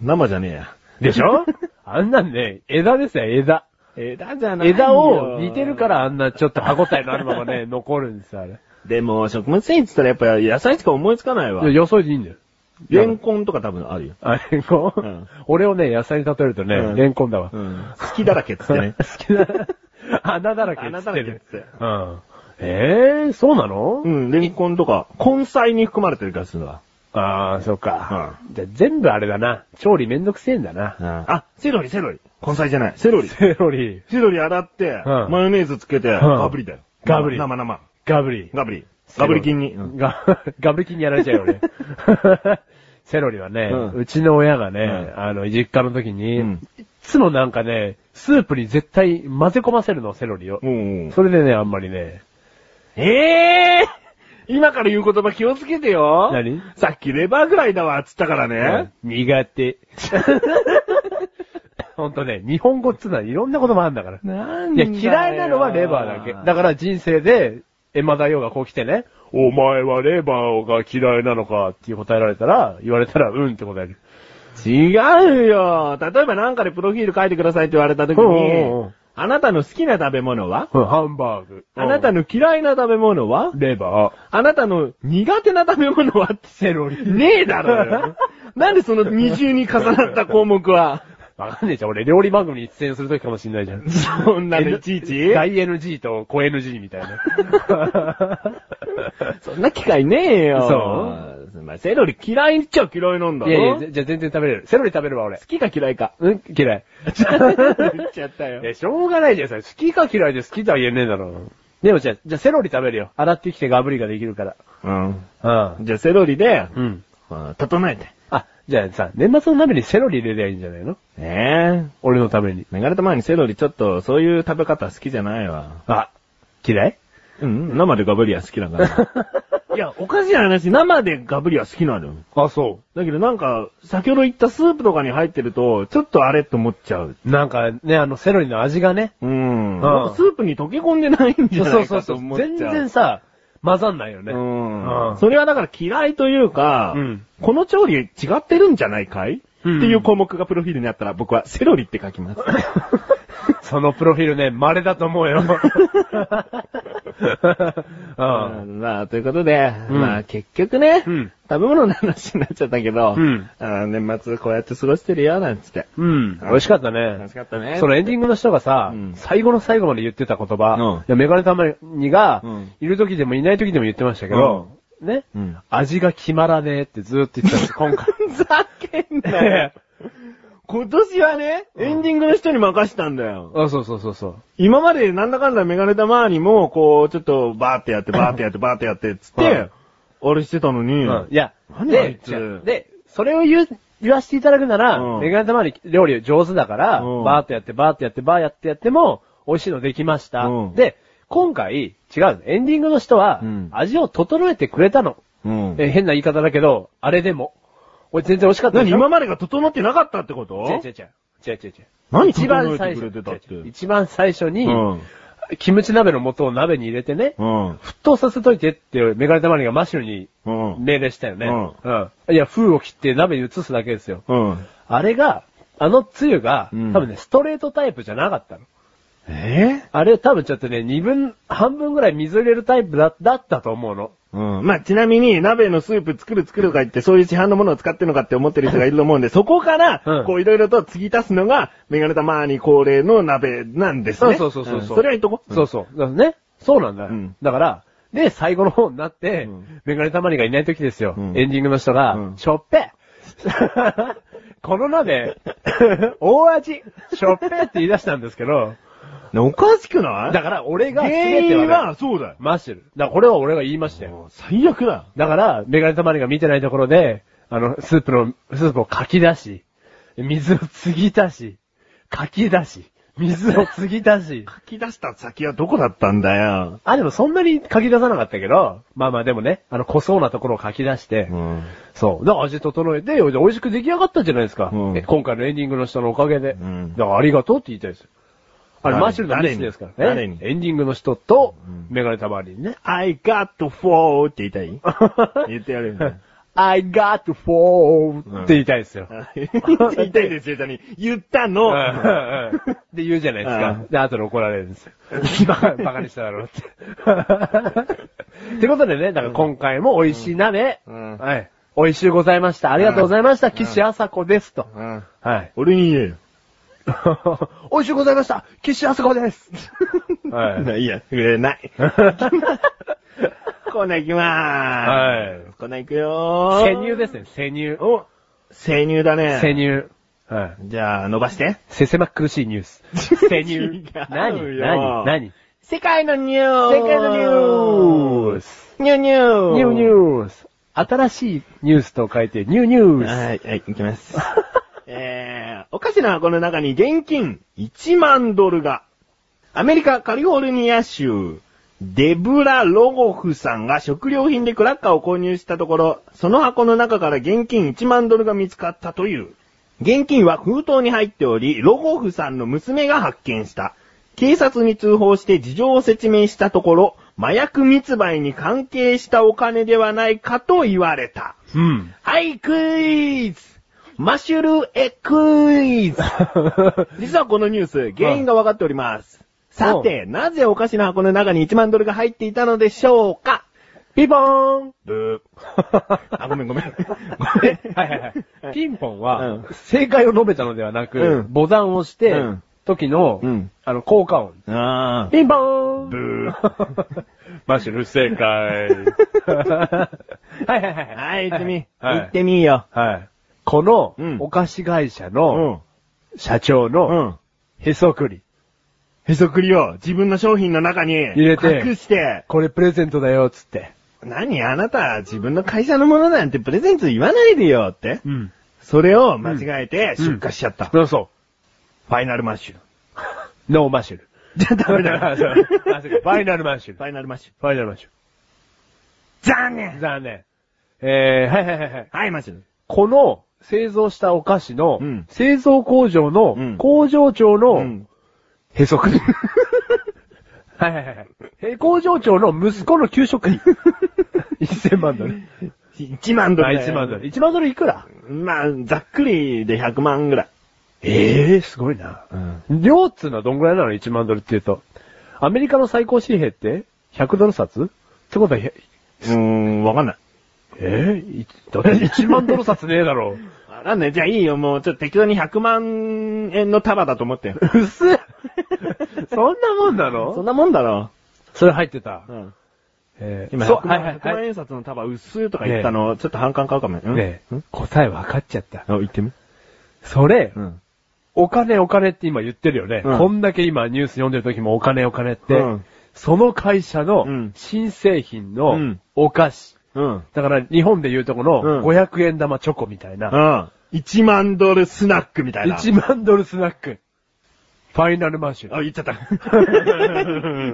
Speaker 1: 生じゃねえや。
Speaker 3: で
Speaker 1: [laughs]
Speaker 3: しょあんなんね、枝ですよ、枝。
Speaker 1: 枝じゃないよ。
Speaker 3: 枝を似てるからあんなちょっと歯応えのあるままね、残るんですよ、あ
Speaker 1: [laughs]
Speaker 3: れ。
Speaker 1: でも、食物繊維って言ったらやっぱ野菜しか思いつかないわ。
Speaker 3: 予想でいいんだよ。
Speaker 1: レンコンとか多分あるよ。
Speaker 3: あ、レンコン、
Speaker 1: うん
Speaker 3: 俺をね、野菜に例えるとね、
Speaker 1: うん
Speaker 3: レンコンだわ。。
Speaker 1: うん。好きだらけっつってね [laughs]
Speaker 3: 好きな、 [laughs] 穴だらけっ
Speaker 1: 穴
Speaker 3: つ
Speaker 1: だ
Speaker 3: っ
Speaker 1: らけ
Speaker 3: て
Speaker 1: っ
Speaker 3: る。
Speaker 1: つって。
Speaker 3: うん。えー、そうなの、
Speaker 1: うん、レンコンとか、根菜に含まれてるからするわ。
Speaker 3: あー、そうか。じゃあ全部あれだな。調理めんどくせえんだな。
Speaker 1: あ、セロリ、セロリ。根菜じゃない。セロリ。
Speaker 3: セロリ、
Speaker 1: セロリ洗って、
Speaker 3: うん
Speaker 1: マヨネーズつけて、ガブリだよ。
Speaker 3: ガブリ
Speaker 1: 生生。
Speaker 3: ガブリ。
Speaker 1: ガブリ。ガブリ菌に。うん
Speaker 3: ガ、 [laughs] ガブリキにやられちゃうよね。 [laughs] セロリはね、
Speaker 1: う
Speaker 3: うんちの親がね、
Speaker 1: うん
Speaker 3: あの、実家の時に、
Speaker 1: うん
Speaker 3: いっつもなんかね、スープに絶対混ぜ込ませるの、セロリを。
Speaker 1: うんうん
Speaker 3: それでね、あんまりね、
Speaker 1: ええー、今から言う言葉気をつけてよ。
Speaker 3: 何
Speaker 1: さっきレバーぐらいだわ、つったからね。
Speaker 3: 苦手。ほんとね、日 [laughs] 本語っつうのはいろんなこともあるんだから。
Speaker 1: なん
Speaker 3: いや、嫌いなのはレバーだけ。だから人生で、エマ大王がこう来てね、お前はレバーが嫌いなのかっていう答えられたら、言われたら、うんって答える。
Speaker 1: 違うよ。例えばなんかでプロフィール書いてくださいって言われた時
Speaker 3: うんうんう
Speaker 1: に
Speaker 3: ん、
Speaker 1: あなたの好きな食べ物は
Speaker 3: うんハンバーグ。
Speaker 1: あなた
Speaker 3: の
Speaker 1: の嫌いな食べ物は
Speaker 3: レバ
Speaker 1: あなたの苦手な食べ物はって
Speaker 3: ー。セロリ。
Speaker 1: ねえだろよ。 [laughs] なんでその二重に重なった項目 [laughs] は、
Speaker 3: わかんねえじゃん。俺、料理番組に出演するときかもしんないじゃん。
Speaker 1: そんなのいちいち、
Speaker 3: 大 NG と小 NG
Speaker 1: [laughs]
Speaker 3: みたいな。
Speaker 1: そんな機会ねえよ。。
Speaker 3: そう
Speaker 1: まあ、セロリ嫌いっちゃ嫌いなんだ
Speaker 3: い
Speaker 1: ろ
Speaker 3: やいや、じゃあ全然食べれる。セロリ食べるわ、俺
Speaker 1: 好。きか嫌い [laughs] か。
Speaker 3: うん、嫌い。
Speaker 1: 言っちゃったよ。
Speaker 3: え、しょうがないじゃん、それ。好きか嫌いで好きとは言えねえだろ。でもじゃあ、じゃあセロリ食べるよ。洗ってきてガブリができるか
Speaker 1: うん。
Speaker 3: ら。うん。
Speaker 1: じゃあセロリで、
Speaker 3: うん。
Speaker 1: まあ整えて。
Speaker 3: あ、じゃあさ、年末の鍋にセロリ入れりゃいいんじゃないの
Speaker 1: ねえ。
Speaker 3: 俺のために。
Speaker 1: 流れた前にセロリちょっと、そういう食べ方好きじゃないわ。
Speaker 3: あ、
Speaker 1: [laughs]
Speaker 3: 嫌い
Speaker 1: うん、生でガブリは好きだ [laughs] から。いや、おかしい話、生でガブリは好きなのよ。
Speaker 3: あ、そ
Speaker 1: だけどなんか、先ほど言ったスープとかに入ってると、ちょっとあれって思っちゃう。
Speaker 3: う。なんかね、あの、セロリの味がね。
Speaker 1: うん。
Speaker 3: ん
Speaker 1: なんかスープに溶け込んでないんじ
Speaker 3: そ
Speaker 1: ゃな
Speaker 3: う
Speaker 1: い
Speaker 3: そう
Speaker 1: か
Speaker 3: そ
Speaker 1: と
Speaker 3: う
Speaker 1: 思。っちゃう。
Speaker 3: 全然さ、混ざんないよね。 [laughs]
Speaker 1: うん
Speaker 3: うん
Speaker 1: それはだから嫌いというか、
Speaker 3: うん
Speaker 1: この調理違ってるんじゃないかい、
Speaker 3: うん
Speaker 1: っていう項目がプロフィールにあったら僕はセロリって
Speaker 3: [laughs]
Speaker 1: 書きます。 [laughs]
Speaker 3: そのプロフィールね、稀だと思うよ。 [laughs] うん。
Speaker 1: うんまあ、ということで、
Speaker 3: うん
Speaker 1: まあ、結局ね、
Speaker 3: うん
Speaker 1: 食べ物の話になっちゃったけど、
Speaker 3: うん
Speaker 1: あー年末こうやって過ごしてるよ、なんつって。
Speaker 3: うん。美味しかったね
Speaker 1: 楽。しかったね。
Speaker 3: そのエンディングの人がさ、
Speaker 1: うん
Speaker 3: 最後の最後まで言ってた言葉、
Speaker 1: うん
Speaker 3: いやメガネたまにが、
Speaker 1: うん
Speaker 3: いる時でもいない時でも言ってましたけど、ね、
Speaker 1: うん
Speaker 3: 味が決まらねえってずーっと言ってたん
Speaker 1: [laughs]
Speaker 3: です、今回。
Speaker 1: ふざけんなよ。 [laughs] 今年はね、エンディングの人に任したんだよ。
Speaker 3: あ、そうそうそうそう。
Speaker 1: 今までなんだかんだメガネたまーにも、こう、ちょっとバーってやって、バーってやって、バーってやって、つっ
Speaker 3: うん
Speaker 1: て、あれしてたのに、
Speaker 3: うんいや、
Speaker 1: 何あい
Speaker 3: で
Speaker 1: つ
Speaker 3: 違うで、それを言う、言わせていただくなら、
Speaker 1: うん
Speaker 3: メガネたまに料理上手だから、
Speaker 1: うん
Speaker 3: バーっとやって、バーっとやって、バーやってやっても、美味しいのできました。
Speaker 1: うん
Speaker 3: で、今回、違う、エンディングの人は、
Speaker 1: うん
Speaker 3: 味を整えてくれたの。
Speaker 1: うん
Speaker 3: え変な言い方だけど、あれでも。俺全然美味しかったで
Speaker 1: 何
Speaker 3: しょ
Speaker 1: 今までが整ってなかったってこと
Speaker 3: 違う違う違う。違う違う違う。
Speaker 1: 何
Speaker 3: 一番
Speaker 1: 整えて
Speaker 3: 最
Speaker 1: く
Speaker 3: 初
Speaker 1: れてたって。
Speaker 3: 違う違う一番最初に、
Speaker 1: うん
Speaker 3: キムチ鍋の素を鍋に入れてね、
Speaker 1: うん。
Speaker 3: 沸騰させといてって、メガネたまりがマシュルに
Speaker 1: うん。
Speaker 3: 命令したよね。
Speaker 1: う
Speaker 3: うん。いや、風を切って鍋に移すだけですよ。
Speaker 1: うん。
Speaker 3: あれが、あのつゆが、
Speaker 1: うん
Speaker 3: 多分ね、ストレートタイプじゃなかったの。
Speaker 1: え
Speaker 3: あれ多分ちょっとね、二分、半分ぐらい水入れるタイプだだったと思うの。
Speaker 1: うん。まあ、ちなみに、鍋のスープ作る作るとか言って、そういう市販のものを使ってるのかって思ってる人がいると思うんで、そこから、
Speaker 3: うん
Speaker 1: こう、いろいろと継ぎ足すのが、メガネたまーに恒例の鍋なんですね。
Speaker 3: そうそうそうそうそうん
Speaker 1: それは言っとこう。
Speaker 3: そうそう。だからね。そうなんだよ。
Speaker 1: うん
Speaker 3: だから、で、最後の方になって、
Speaker 1: うん
Speaker 3: メガネたまりがいない時ですよ。
Speaker 1: うん
Speaker 3: エンディングの人が、
Speaker 1: うん
Speaker 3: しょっぺ [laughs] こ
Speaker 1: [laughs]
Speaker 3: の鍋、大味、しょっぺって言い出したんですけど、
Speaker 1: ねおかしくない
Speaker 3: だから俺が
Speaker 1: 原
Speaker 3: 全ては
Speaker 1: 因
Speaker 3: ね
Speaker 1: は、そうだよ。
Speaker 3: マッシュル。だからこれは俺が言いましたよ。
Speaker 1: 最悪だ。
Speaker 3: だから、メガネたまりが見てないところで、あの、スープの、スープをかき出し、水を継ぎ出し、かき出し、水を継ぎ出し。
Speaker 1: 書き出した先はどこだったんだよ。
Speaker 3: あ、でもそんなに書き出さなかったけど、まあまあでもね、あの、濃そうなところを書き出して、
Speaker 1: ん。
Speaker 3: そう。だから味整えて、美味しく出来上がったじゃないですか。
Speaker 1: うん
Speaker 3: え今回のエンディングの人のおかげで。
Speaker 1: うん
Speaker 3: だからありがとうって言いたいですよ。あれ、
Speaker 1: 誰
Speaker 3: マッシュルの話ですからね。
Speaker 1: 誰に誰
Speaker 3: エンディングの人と
Speaker 1: うん、
Speaker 3: メガネたまりに
Speaker 1: [laughs]
Speaker 3: ね。
Speaker 1: I got four って言いた
Speaker 3: [laughs]
Speaker 1: い言ってやるよね。
Speaker 3: I got four
Speaker 1: うん
Speaker 3: って言いたいですよ。
Speaker 1: [laughs] 言いたいですよ、に。言ったの。
Speaker 3: で言うじゃないです
Speaker 1: う
Speaker 3: か
Speaker 1: ん。
Speaker 3: で、後で怒られるんですよ。 [laughs] バカ、バカにしただろうって。 [laughs] ってことでね、だから今回も美味しい鍋、
Speaker 1: うん
Speaker 3: はい。美味しゅうございました。ありがとうございました。岸あさこですと。
Speaker 1: うん
Speaker 3: はい。
Speaker 1: 俺に言えよ。
Speaker 3: [laughs] 美味しゅうございました。岸あさこです。 [laughs] はい。
Speaker 1: い、いや、くれない。 [laughs] コーナー行きまーす。
Speaker 3: は
Speaker 1: コーナー行くよ
Speaker 3: セ
Speaker 1: ー。
Speaker 3: 乳ですね、セ乳。
Speaker 1: お、生乳だね。
Speaker 3: セ乳。はい。
Speaker 1: じゃあ、伸ばして。
Speaker 3: せせまくるしいニュー [laughs] ス。セ
Speaker 1: 違う
Speaker 3: 乳
Speaker 1: よ。
Speaker 3: 何何何
Speaker 1: 世界のニュー
Speaker 3: 世界のニュース。
Speaker 1: ニューニュー
Speaker 3: ニューニュース。新しいニュースと書いて、ニューニュース。 [laughs]
Speaker 1: はい、はい、行きます。 [laughs] えー、お菓子の箱の中に現金1万ドルが。アメリカ・カリフォルニア州、デブラ・ロゴフさんが食料品でクラッカーを購入したところ、その箱の中から現金1万ドルが見つかったという。現金は封筒に入っており、ロゴフさんの娘が発見した。警察に通報して事情を説明したところ、麻薬密売に関係したお金ではないかと言われた。
Speaker 3: うん。
Speaker 1: はい、クイズマッシュルエクイズ実はこのニュース、原因が分かっております。さて、なぜお菓子の箱の中に1万ドルが入っていたのでしょうか
Speaker 3: [laughs] ピンポー [laughs] ン
Speaker 1: ブあ、ごめん
Speaker 3: [laughs]
Speaker 1: ごめん。ごめん
Speaker 3: えはいはいはい。ピンポン
Speaker 1: う
Speaker 3: は
Speaker 1: ん、
Speaker 3: 正解を述べたのではな
Speaker 1: う
Speaker 3: く、
Speaker 1: ん
Speaker 3: ボタンを押し
Speaker 1: う
Speaker 3: て
Speaker 1: ん、
Speaker 3: 時の
Speaker 1: うん、
Speaker 3: あの、効果音。
Speaker 1: あ
Speaker 3: ピンポーン
Speaker 1: ブー
Speaker 3: [laughs] マッシュル正解。 [laughs] はいはいはい。
Speaker 1: はい、行ってみ。
Speaker 3: はい
Speaker 1: 行ってみよ。
Speaker 3: はい。この
Speaker 1: うん、
Speaker 3: お菓子会社
Speaker 1: う
Speaker 3: の、。社長
Speaker 1: う
Speaker 3: の、
Speaker 1: ん。
Speaker 3: へそくり。
Speaker 1: へそくりを自分の商品の中に入
Speaker 3: れて
Speaker 1: 隠して、
Speaker 3: これプレゼントだよ、つって。
Speaker 1: 何あなた自分の会社のものなんてプレゼント言わないでよって。
Speaker 3: うん。
Speaker 1: それを間違えて出荷しちゃった。
Speaker 3: そうそ
Speaker 1: ファイナルマッシュ。
Speaker 3: う。ノーマッシュル。
Speaker 1: じゃあダメだ [laughs] な。
Speaker 3: あそうあそうかファイナルマッシュル。
Speaker 1: フ
Speaker 3: フ
Speaker 1: ァイナルマッシュ。
Speaker 3: ァイナルマッシュ
Speaker 1: 残
Speaker 3: ル。
Speaker 1: 念
Speaker 3: 残念。えー、はいはいはいはい。
Speaker 1: はい、マッシュ。
Speaker 3: この製造したお菓子の
Speaker 1: うん、
Speaker 3: 製造工場
Speaker 1: う
Speaker 3: の
Speaker 1: ん、
Speaker 3: 工場長
Speaker 1: う
Speaker 3: の
Speaker 1: ん、
Speaker 3: へそくり。 [laughs] はいはいはいはいえー。工場長の息子の給
Speaker 1: [laughs]
Speaker 3: 食費。1000万ドル。
Speaker 1: 1万ド
Speaker 3: あ、
Speaker 1: ルだよ。
Speaker 3: 1万ドル。1万ドルいくら
Speaker 1: まあ、ざっくりで100万ぐらい。
Speaker 3: ええー、すごいな。
Speaker 1: うん。
Speaker 3: 量っつうのはどんぐらいなの ?1 万ドルって言うと。アメリカの最高紙幣って100ドル札ってことは、へ
Speaker 1: うーん、わかんない。
Speaker 3: えーいだって1万ドル札ねえだろ。
Speaker 1: わかんない。じゃあいいよ、もう、ちょっと適当に100万円の束だと思
Speaker 3: [laughs]
Speaker 1: って。
Speaker 3: 薄っそんなもんな
Speaker 1: そん
Speaker 3: の
Speaker 1: なもんだろ。
Speaker 3: それ入ってた
Speaker 1: う。ん。
Speaker 3: えー
Speaker 1: 今、
Speaker 3: そう、
Speaker 1: 100
Speaker 3: はい
Speaker 1: 万
Speaker 3: はい
Speaker 1: 100万
Speaker 3: はい。
Speaker 1: 円札の束薄いとか言ったの、ちょっと反感買うかも。うん
Speaker 3: ね
Speaker 1: う
Speaker 3: え
Speaker 1: ん、
Speaker 3: 答え分かっちゃった。
Speaker 1: あ、言ってみ。
Speaker 3: それ、
Speaker 1: うん。
Speaker 3: お金お金って今言ってるよね。
Speaker 1: うん
Speaker 3: こんだけ今ニュース読んでる時もお金お金って、
Speaker 1: うん
Speaker 3: その会社
Speaker 1: う
Speaker 3: の
Speaker 1: ん
Speaker 3: 新製品
Speaker 1: う
Speaker 3: の
Speaker 1: ん
Speaker 3: お菓子。
Speaker 1: うん。
Speaker 3: だから日本で言うとこの
Speaker 1: うん
Speaker 3: 500円玉チョコみたいな、
Speaker 1: うん。1万ドルスナックみたいな。
Speaker 3: 1万ドルスナック。ファイナルマッシュ。
Speaker 1: あ、言っちゃ
Speaker 3: [laughs]
Speaker 1: った。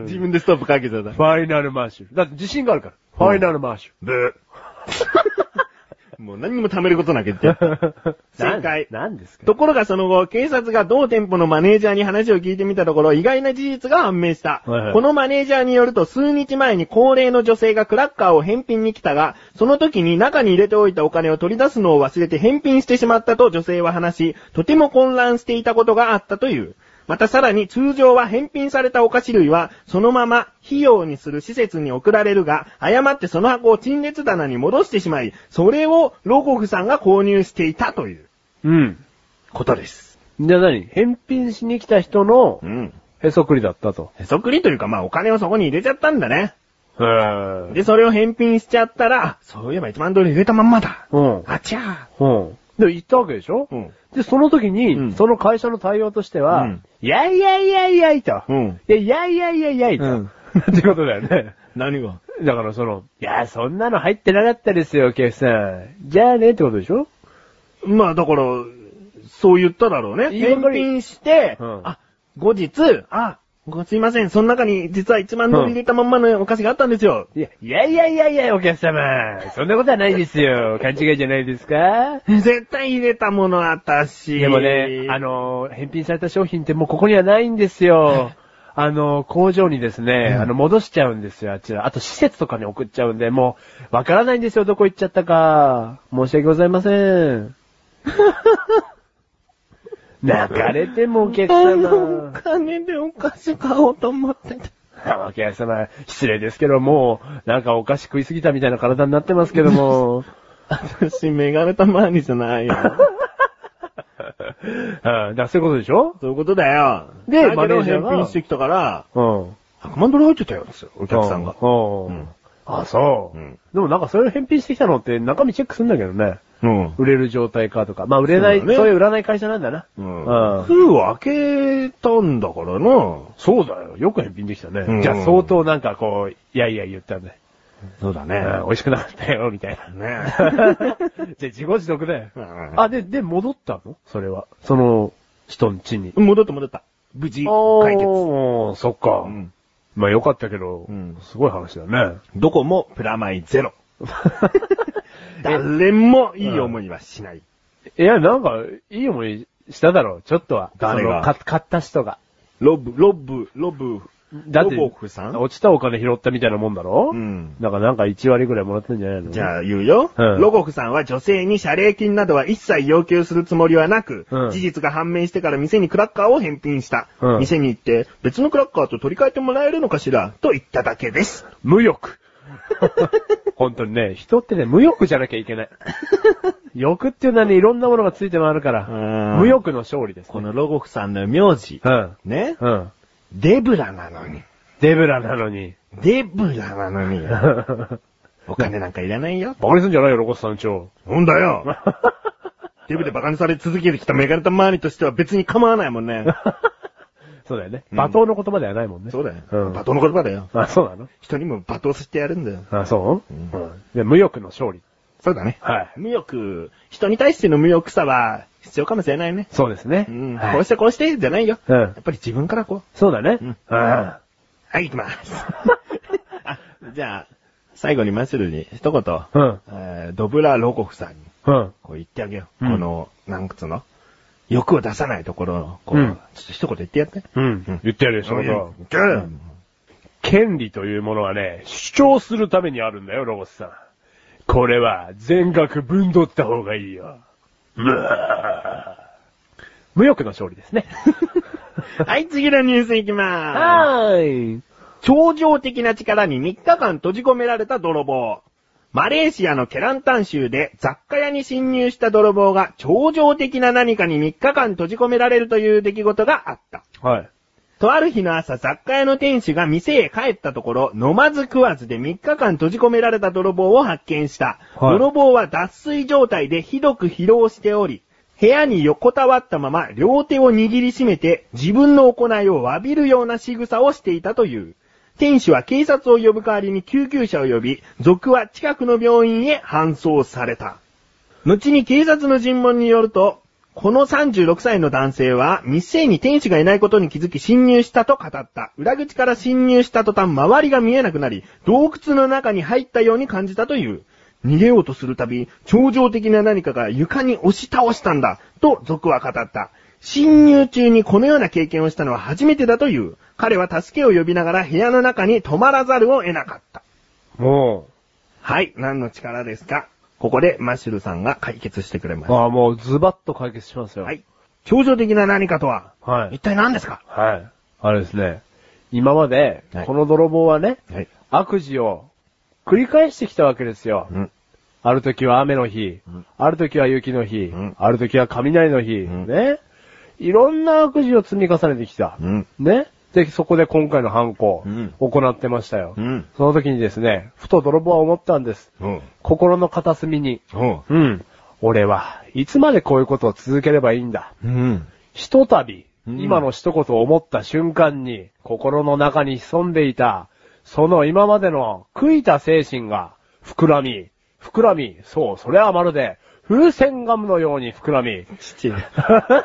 Speaker 1: 自分でストップかけちゃった
Speaker 3: フ。ァイナルマッシュ。だって自信があるから。ファイナルマッシ
Speaker 1: ブー。もう何にも貯めることな [laughs] く言って。
Speaker 3: ュ。
Speaker 1: 正解。
Speaker 3: 何ですか
Speaker 1: ところがその後、警察が同店舗のマネージャーに話を聞いてみたところ、意外な事実が判明した。
Speaker 3: はいはい
Speaker 1: このマネージャーによると、数日前に高齢の女性がクラッカーを返品に来たが、その時に中に入れておいたお金を取り出すのを忘れて返品してしまったと女性は話し、とても混乱していたことがあったという。またさらに通常は返品されたお菓子類はそのまま費用にする施設に送られるが、誤ってその箱を陳列棚に戻してしまい、それをロゴフさんが購入していたという
Speaker 3: うん。
Speaker 1: ことです。
Speaker 3: じゃあ何返品しに来た人の
Speaker 1: うん。
Speaker 3: へそくりだったと。
Speaker 1: へそくりというか、まあお金をそこに入れちゃったんだね。
Speaker 3: へぇ
Speaker 1: で、それを返品しちゃったら、あそういえば1万ドル入れたまんまだ。
Speaker 3: うん。
Speaker 1: あちゃ
Speaker 3: うん。で、行ったわけでしょ
Speaker 1: ー。うん。
Speaker 3: で、その時に、
Speaker 1: うん
Speaker 3: その会社の対応としては、
Speaker 1: うん
Speaker 3: いやいやいやいやいと。
Speaker 1: うん。
Speaker 3: いやいやいやいやいやいと。
Speaker 1: う
Speaker 3: っ
Speaker 1: ん
Speaker 3: てことだよね。
Speaker 1: 何が
Speaker 3: だからその、いや、そんなの入ってなかったですよ、ケフさん。じゃあね、ってことでしょ
Speaker 1: まあだから、そう言っただろうね。
Speaker 3: いいば
Speaker 1: 返
Speaker 3: かり
Speaker 1: 品して、
Speaker 3: うん
Speaker 1: あ、後日、あ、ごすいません、その中に実は1万ドル入れたまんまのお菓子があったんですよ。
Speaker 3: いや、いやいやいやいや、お客様。そんなことはないですよ。勘違いじゃないですか
Speaker 1: 絶対入れたものあったし。
Speaker 3: でもね、あ、の、返品された商品ってもうここにはないんです [laughs] よ。あの、工場にですね、あの、戻しちゃうんですよ、あちら。あと、施設とかに送っちゃうんで、もう、わからないんですよ、どこ行っちゃったか。申し訳ございませ [laughs] ん。泣かれてもお客様。
Speaker 1: 金でお菓子買おうと思ってた。
Speaker 3: お客様、失礼ですけど、もう、なんかお菓子食いすぎたみたいな体になってますけど [laughs] も。
Speaker 1: [laughs] 私、メガネたまわりじゃないよ。
Speaker 3: うん、だ、そういうことでしょ
Speaker 1: そういうことだよ。
Speaker 3: で
Speaker 1: だけど
Speaker 3: マネージャーが
Speaker 1: 返品してきたから、
Speaker 3: うん。
Speaker 1: 100万ドル入ってたよ、つってお客さんが。
Speaker 3: うん。
Speaker 1: うん
Speaker 3: あ、そう、
Speaker 1: うん
Speaker 3: でもなんかそれを返品してきたのって中身チェックするんだけどね。
Speaker 1: うん。
Speaker 3: 売れる状態かとか。まあ売れない、
Speaker 1: そう
Speaker 3: そ,、
Speaker 1: うだね
Speaker 3: いう売らない会社なんだな。
Speaker 1: うん。
Speaker 3: うん
Speaker 1: 封を開けたんだからな。
Speaker 3: そうだよ。よく返品できたね。
Speaker 1: うん
Speaker 3: じゃあ相当なんかこう、いやいや言ったんだよ。
Speaker 1: そうだ
Speaker 3: うん美味しくなかったよ、
Speaker 1: [laughs]
Speaker 3: みたいな。
Speaker 1: ね
Speaker 3: じゃあ自業自得だよ。
Speaker 1: あ、
Speaker 3: [laughs] あ、で、で、戻ったのそれは。その人ん家に。
Speaker 1: 戻った戻った。無事、解決。
Speaker 3: おー、そっか。
Speaker 1: うん
Speaker 3: まあよかったけど、
Speaker 1: うん
Speaker 3: すごい話だ
Speaker 1: [laughs]
Speaker 3: ね。
Speaker 1: どこもプラマイゼロ。誰もいい思いはしない。
Speaker 3: いや、なんか、いい思いしただろう、ちょっとは。
Speaker 1: 誰が
Speaker 3: そのか買った人が。
Speaker 1: ロブ、ロブ、ロブ、
Speaker 3: だって、
Speaker 1: ロボフさん
Speaker 3: 落ちたお金拾ったみたいなもんだろ
Speaker 1: うん
Speaker 3: だからなんか1割ぐらいもらったんじゃないの
Speaker 1: じゃあ言うよ。
Speaker 3: うん
Speaker 1: ロゴフさんは女性に謝礼金などは一切要求するつもりはなく、
Speaker 3: うん
Speaker 1: 事実が判明してから店にクラッカーを返品した。
Speaker 3: うん
Speaker 1: 店に行って、別のクラッカーと取り替えてもらえるのかしらと言っただけです。
Speaker 3: 無欲。 [laughs] 本当にね、人ってね、無欲じゃなきゃいけ
Speaker 1: [laughs]
Speaker 3: ない。欲っていうのはね、いろんなものがついて回るから、
Speaker 1: うん
Speaker 3: 無欲の勝利です、ね。
Speaker 1: このロゴフさんの名字、
Speaker 3: うん。
Speaker 1: ね、
Speaker 3: うん。
Speaker 1: デブラなのに。
Speaker 3: デブラなのに。 [laughs]
Speaker 1: デブラなのに。
Speaker 3: バカ
Speaker 1: お金なんかいらないよ。
Speaker 3: にすんじゃないよ、ロコスさん
Speaker 1: [laughs]
Speaker 3: 超。
Speaker 1: ほんだよ。デブでバカにされ続けてきたメガネタ周りとしては別に構わないもんね。
Speaker 3: そうだよね。
Speaker 1: うん
Speaker 3: 罵倒の言葉ではないもんね。
Speaker 1: そうだよ。
Speaker 3: うん
Speaker 1: 罵倒の言葉だよ。
Speaker 3: あ、そうなの
Speaker 1: 人にも罵倒してやるんだよ。
Speaker 3: あ、そう、
Speaker 1: うん
Speaker 3: うんで、無欲の勝利。
Speaker 1: そうだね。
Speaker 3: はい
Speaker 1: 無欲、人に対しての無欲さは必要かもしれないね。
Speaker 3: そうですね。
Speaker 1: うん。
Speaker 3: はい
Speaker 1: こうしてこうしてじゃないよ。
Speaker 3: うん
Speaker 1: やっぱり自分からこう。
Speaker 3: そうだね。
Speaker 1: うん
Speaker 3: あ
Speaker 1: はい、行き
Speaker 3: [laughs]
Speaker 1: ます。あ、じゃあ、最後にマッシュルに一言、
Speaker 3: あうん。
Speaker 1: えードブラ・ロコフさんに
Speaker 3: うん。
Speaker 1: こう言ってあげよう。
Speaker 3: うん
Speaker 1: この、なんつうの欲を出さないところの、こう、
Speaker 3: う
Speaker 1: ち
Speaker 3: ん
Speaker 1: ょっと一言言ってやって。
Speaker 3: うん。言ってやるでしょ、
Speaker 1: うん
Speaker 3: 僕は
Speaker 1: じゃあ
Speaker 3: 権利というものはね、主張するためにあるんだよ、ロゴスさん。これは、全額分取った方がいいよ。うわぁ無欲の勝利ですね。
Speaker 1: [laughs] はい、次のニュース行きまーす。
Speaker 3: ーい。
Speaker 1: 超常的な力に3日間閉じ込められた泥棒。マレーシアのケランタン州で雑貨屋に侵入した泥棒が超常的な何かに3日間閉じ込められるという出来事があった。
Speaker 3: はい。
Speaker 1: とある日の朝、雑貨屋の店主が店へ帰ったところ、飲まず食わずで3日間閉じ込められた泥棒を発見した。
Speaker 3: はい
Speaker 1: 泥棒は脱水状態でひどく疲労しており、部屋に横たわったまま両手を握りしめて自分の行いを詫びるような仕草をしていたという。店主は警察を呼ぶ代わりに救急車を呼び、族は近くの病院へ搬送された。後に警察の尋問によると、この36歳の男性は、店に店主がいないことに気づき侵入したと語った。裏口から侵入した途端、周りが見えなくなり、洞窟の中に入ったように感じたという。逃げようとするたび、超常的な何かが床に押し倒したんだ、と族は語った。侵入中にこのような経験をしたのは初めてだという。彼は助けを呼びながら部屋の中に泊まらざるを得なかった。
Speaker 3: も
Speaker 1: はい、何の力ですかここでマッシュルさんが解決してくれま
Speaker 3: う、
Speaker 1: す。
Speaker 3: ああ、もうズバッと解決しますよ。
Speaker 1: はい。超常的な何かとは、
Speaker 3: はい
Speaker 1: 一。体何ですか
Speaker 3: はい。あれですね。今まで
Speaker 1: は、い
Speaker 3: この泥棒はね、
Speaker 1: はい。
Speaker 3: 悪事を繰り返してきたわけですよ。
Speaker 1: うん。
Speaker 3: ある時は雨の日
Speaker 1: うん、
Speaker 3: ある時は雪の日
Speaker 1: ん、
Speaker 3: ある時は雷の日、
Speaker 1: ん
Speaker 3: ね。いろんな悪事を積み重ねてきた。
Speaker 1: ん。
Speaker 3: ね。で、そこで今回の犯行
Speaker 1: うん、
Speaker 3: 行ってましたよ
Speaker 1: うん。
Speaker 3: その時にですね、ふと泥棒は思ったんです。
Speaker 1: うん。
Speaker 3: 心の片隅に、
Speaker 1: うん。
Speaker 3: うん。俺はいつまでこういうことを続ければいいんだ。
Speaker 1: うん。
Speaker 3: ひとたび、
Speaker 1: うん
Speaker 3: 今の一言を思った瞬間に、心の中に潜んでいた、その今までの悔いた精神が、膨らみ、膨らみ、そう、それはまるで、風船ガムのように膨らみ、
Speaker 1: 父。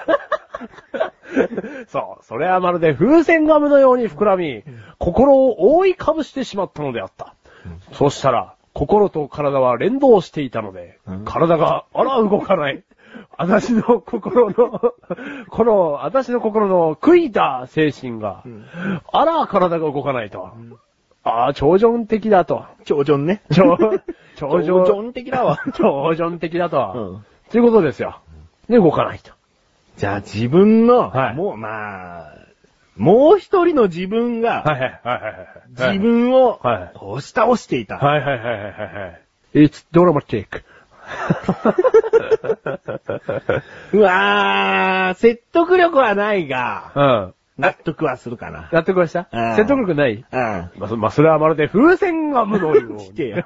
Speaker 3: [laughs] そう、それはまるで風船ガムのように膨らみ、心を覆いかぶしてしまったのであった。そうしたら、心と体は連動していたので
Speaker 1: うん、
Speaker 3: 体が、あら、動かない。私の心の、 [laughs] この、私の心の悔いた精神が
Speaker 1: ん、
Speaker 3: あら、体が動かないと。ああ、超常的
Speaker 1: [laughs]
Speaker 3: だと。
Speaker 1: 頂上ね。
Speaker 3: 超、
Speaker 1: 頂
Speaker 3: 超常。
Speaker 1: 上的 [laughs] だわ。
Speaker 3: 超常的だと。
Speaker 1: ん。
Speaker 3: ということですよ。で、動かないと。
Speaker 1: じゃあ自分の、
Speaker 3: はい
Speaker 1: もうまあ、もう一人の自分が、
Speaker 3: いはいはいはい
Speaker 1: 自分を
Speaker 3: はい、
Speaker 1: こう倒していた。
Speaker 3: はいはいはいはいはい。It's dramatic.
Speaker 1: [laughs] うわー、説得力はないが、
Speaker 3: うん。
Speaker 1: 納得はするかな。
Speaker 3: 納得はした
Speaker 1: うん
Speaker 3: 説得力ない
Speaker 1: うん。
Speaker 3: まあ、そまあ、それはまるで風船が無のように
Speaker 1: ちっちゃいよ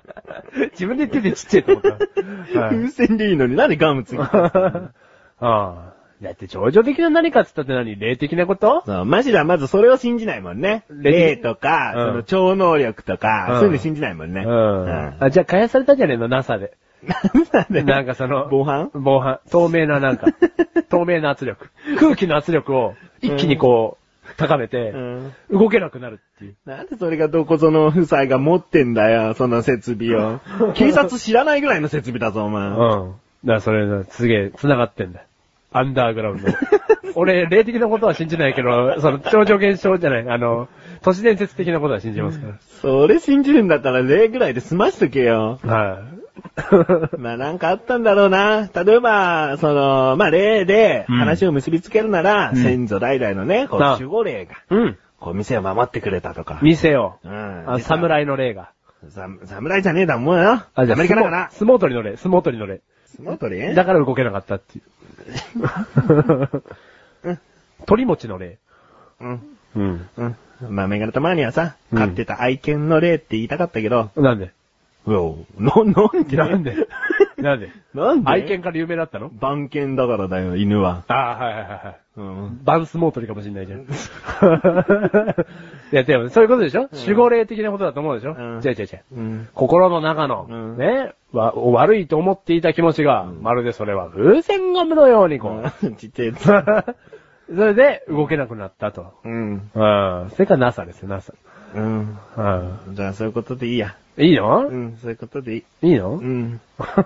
Speaker 3: [laughs] 自分で言っててちっちゃいと思った。はい
Speaker 1: 風船でいいのになんでガムついてる
Speaker 3: ああだって、上場的な何かって言ったって何霊的なこと
Speaker 1: そう、マジではまずそれを信じないもんね。霊とか、
Speaker 3: う
Speaker 1: そ
Speaker 3: ん
Speaker 1: の超能力とか、
Speaker 3: うん
Speaker 1: そういうの信じないもんね。
Speaker 3: うん。あ、じゃあ、開発されたんじゃねえの
Speaker 1: [laughs]
Speaker 3: ?NASA で。
Speaker 1: なんで
Speaker 3: なんかその、
Speaker 1: 防犯
Speaker 3: 防犯。透明ななん
Speaker 1: [laughs]
Speaker 3: か、透明な圧力。空気の圧力を一気にこう、高めて、
Speaker 1: うん
Speaker 3: 動けなくなるっていう。
Speaker 1: なんでそれがどこぞの夫妻が持ってんだよ、その設備を。警察知らないぐらいの設備だぞ、お
Speaker 3: う
Speaker 1: 前。
Speaker 3: ん。だからそれがすげえ繋がってんだよ。アンダーグラウンド。 [laughs] 俺、霊的なことは信じないけど、その、超常現象じゃない、あの、都市伝説的なことは信じますか
Speaker 1: それ信じるんだったら例ぐらいで済ましとけよ。
Speaker 3: ら。はい。
Speaker 1: まあなんかあったんだろうな。例えば、その、まあ例で
Speaker 3: うん
Speaker 1: 話を結びつけるなら、
Speaker 3: うん
Speaker 1: 先祖代々のね、こう
Speaker 3: なあ
Speaker 1: 守護霊が、
Speaker 3: [laughs] うん。
Speaker 1: こう店を守ってくれたとか。
Speaker 3: 店を。
Speaker 1: うん。
Speaker 3: あ、侍の霊が。
Speaker 1: さ侍じゃねえだもんよ。ア
Speaker 3: あ、じゃあ、
Speaker 1: メリカだから。
Speaker 3: 相撲取りの霊、相撲取りの霊。
Speaker 1: 相撲取り
Speaker 3: だから動けなかったって
Speaker 1: [laughs]
Speaker 3: いう。鳥持ちの霊。
Speaker 1: うん。
Speaker 3: うん。
Speaker 1: うん。まあ、メガネたまにはさ、
Speaker 3: うん
Speaker 1: 飼ってた愛犬の霊って言いたかったけど、
Speaker 3: なんで
Speaker 1: うおな、 [laughs] なんで
Speaker 3: なんでなんで
Speaker 1: なんで
Speaker 3: 愛犬から有名だったの
Speaker 1: 番犬だからだよ、犬は。
Speaker 3: ああ、はいはいはいはい。
Speaker 1: うん。
Speaker 3: バンスモートリかもしんないじゃん。いや、でも、そう [laughs] いうことでしょ、守護霊的なことだと思うでしょ、
Speaker 1: うん
Speaker 3: 違う違う違う。
Speaker 1: うん。
Speaker 3: 心の中の、
Speaker 1: うん
Speaker 3: ね、わ、悪いと思っていた気持ちが、まるでそれは風船ガムのようにこう、
Speaker 1: ちっちゃいやつ。
Speaker 3: [laughs] それで動けなくなったと。
Speaker 1: うん。
Speaker 3: うん。それから NASA ですよ、NASA。
Speaker 1: うん。
Speaker 3: うん。
Speaker 1: じゃあ、そういうことでいいや。
Speaker 3: いいの、
Speaker 1: うん、そういうことでいい。
Speaker 3: いい
Speaker 1: う
Speaker 3: の、[laughs] あ、
Speaker 1: ん。
Speaker 3: 本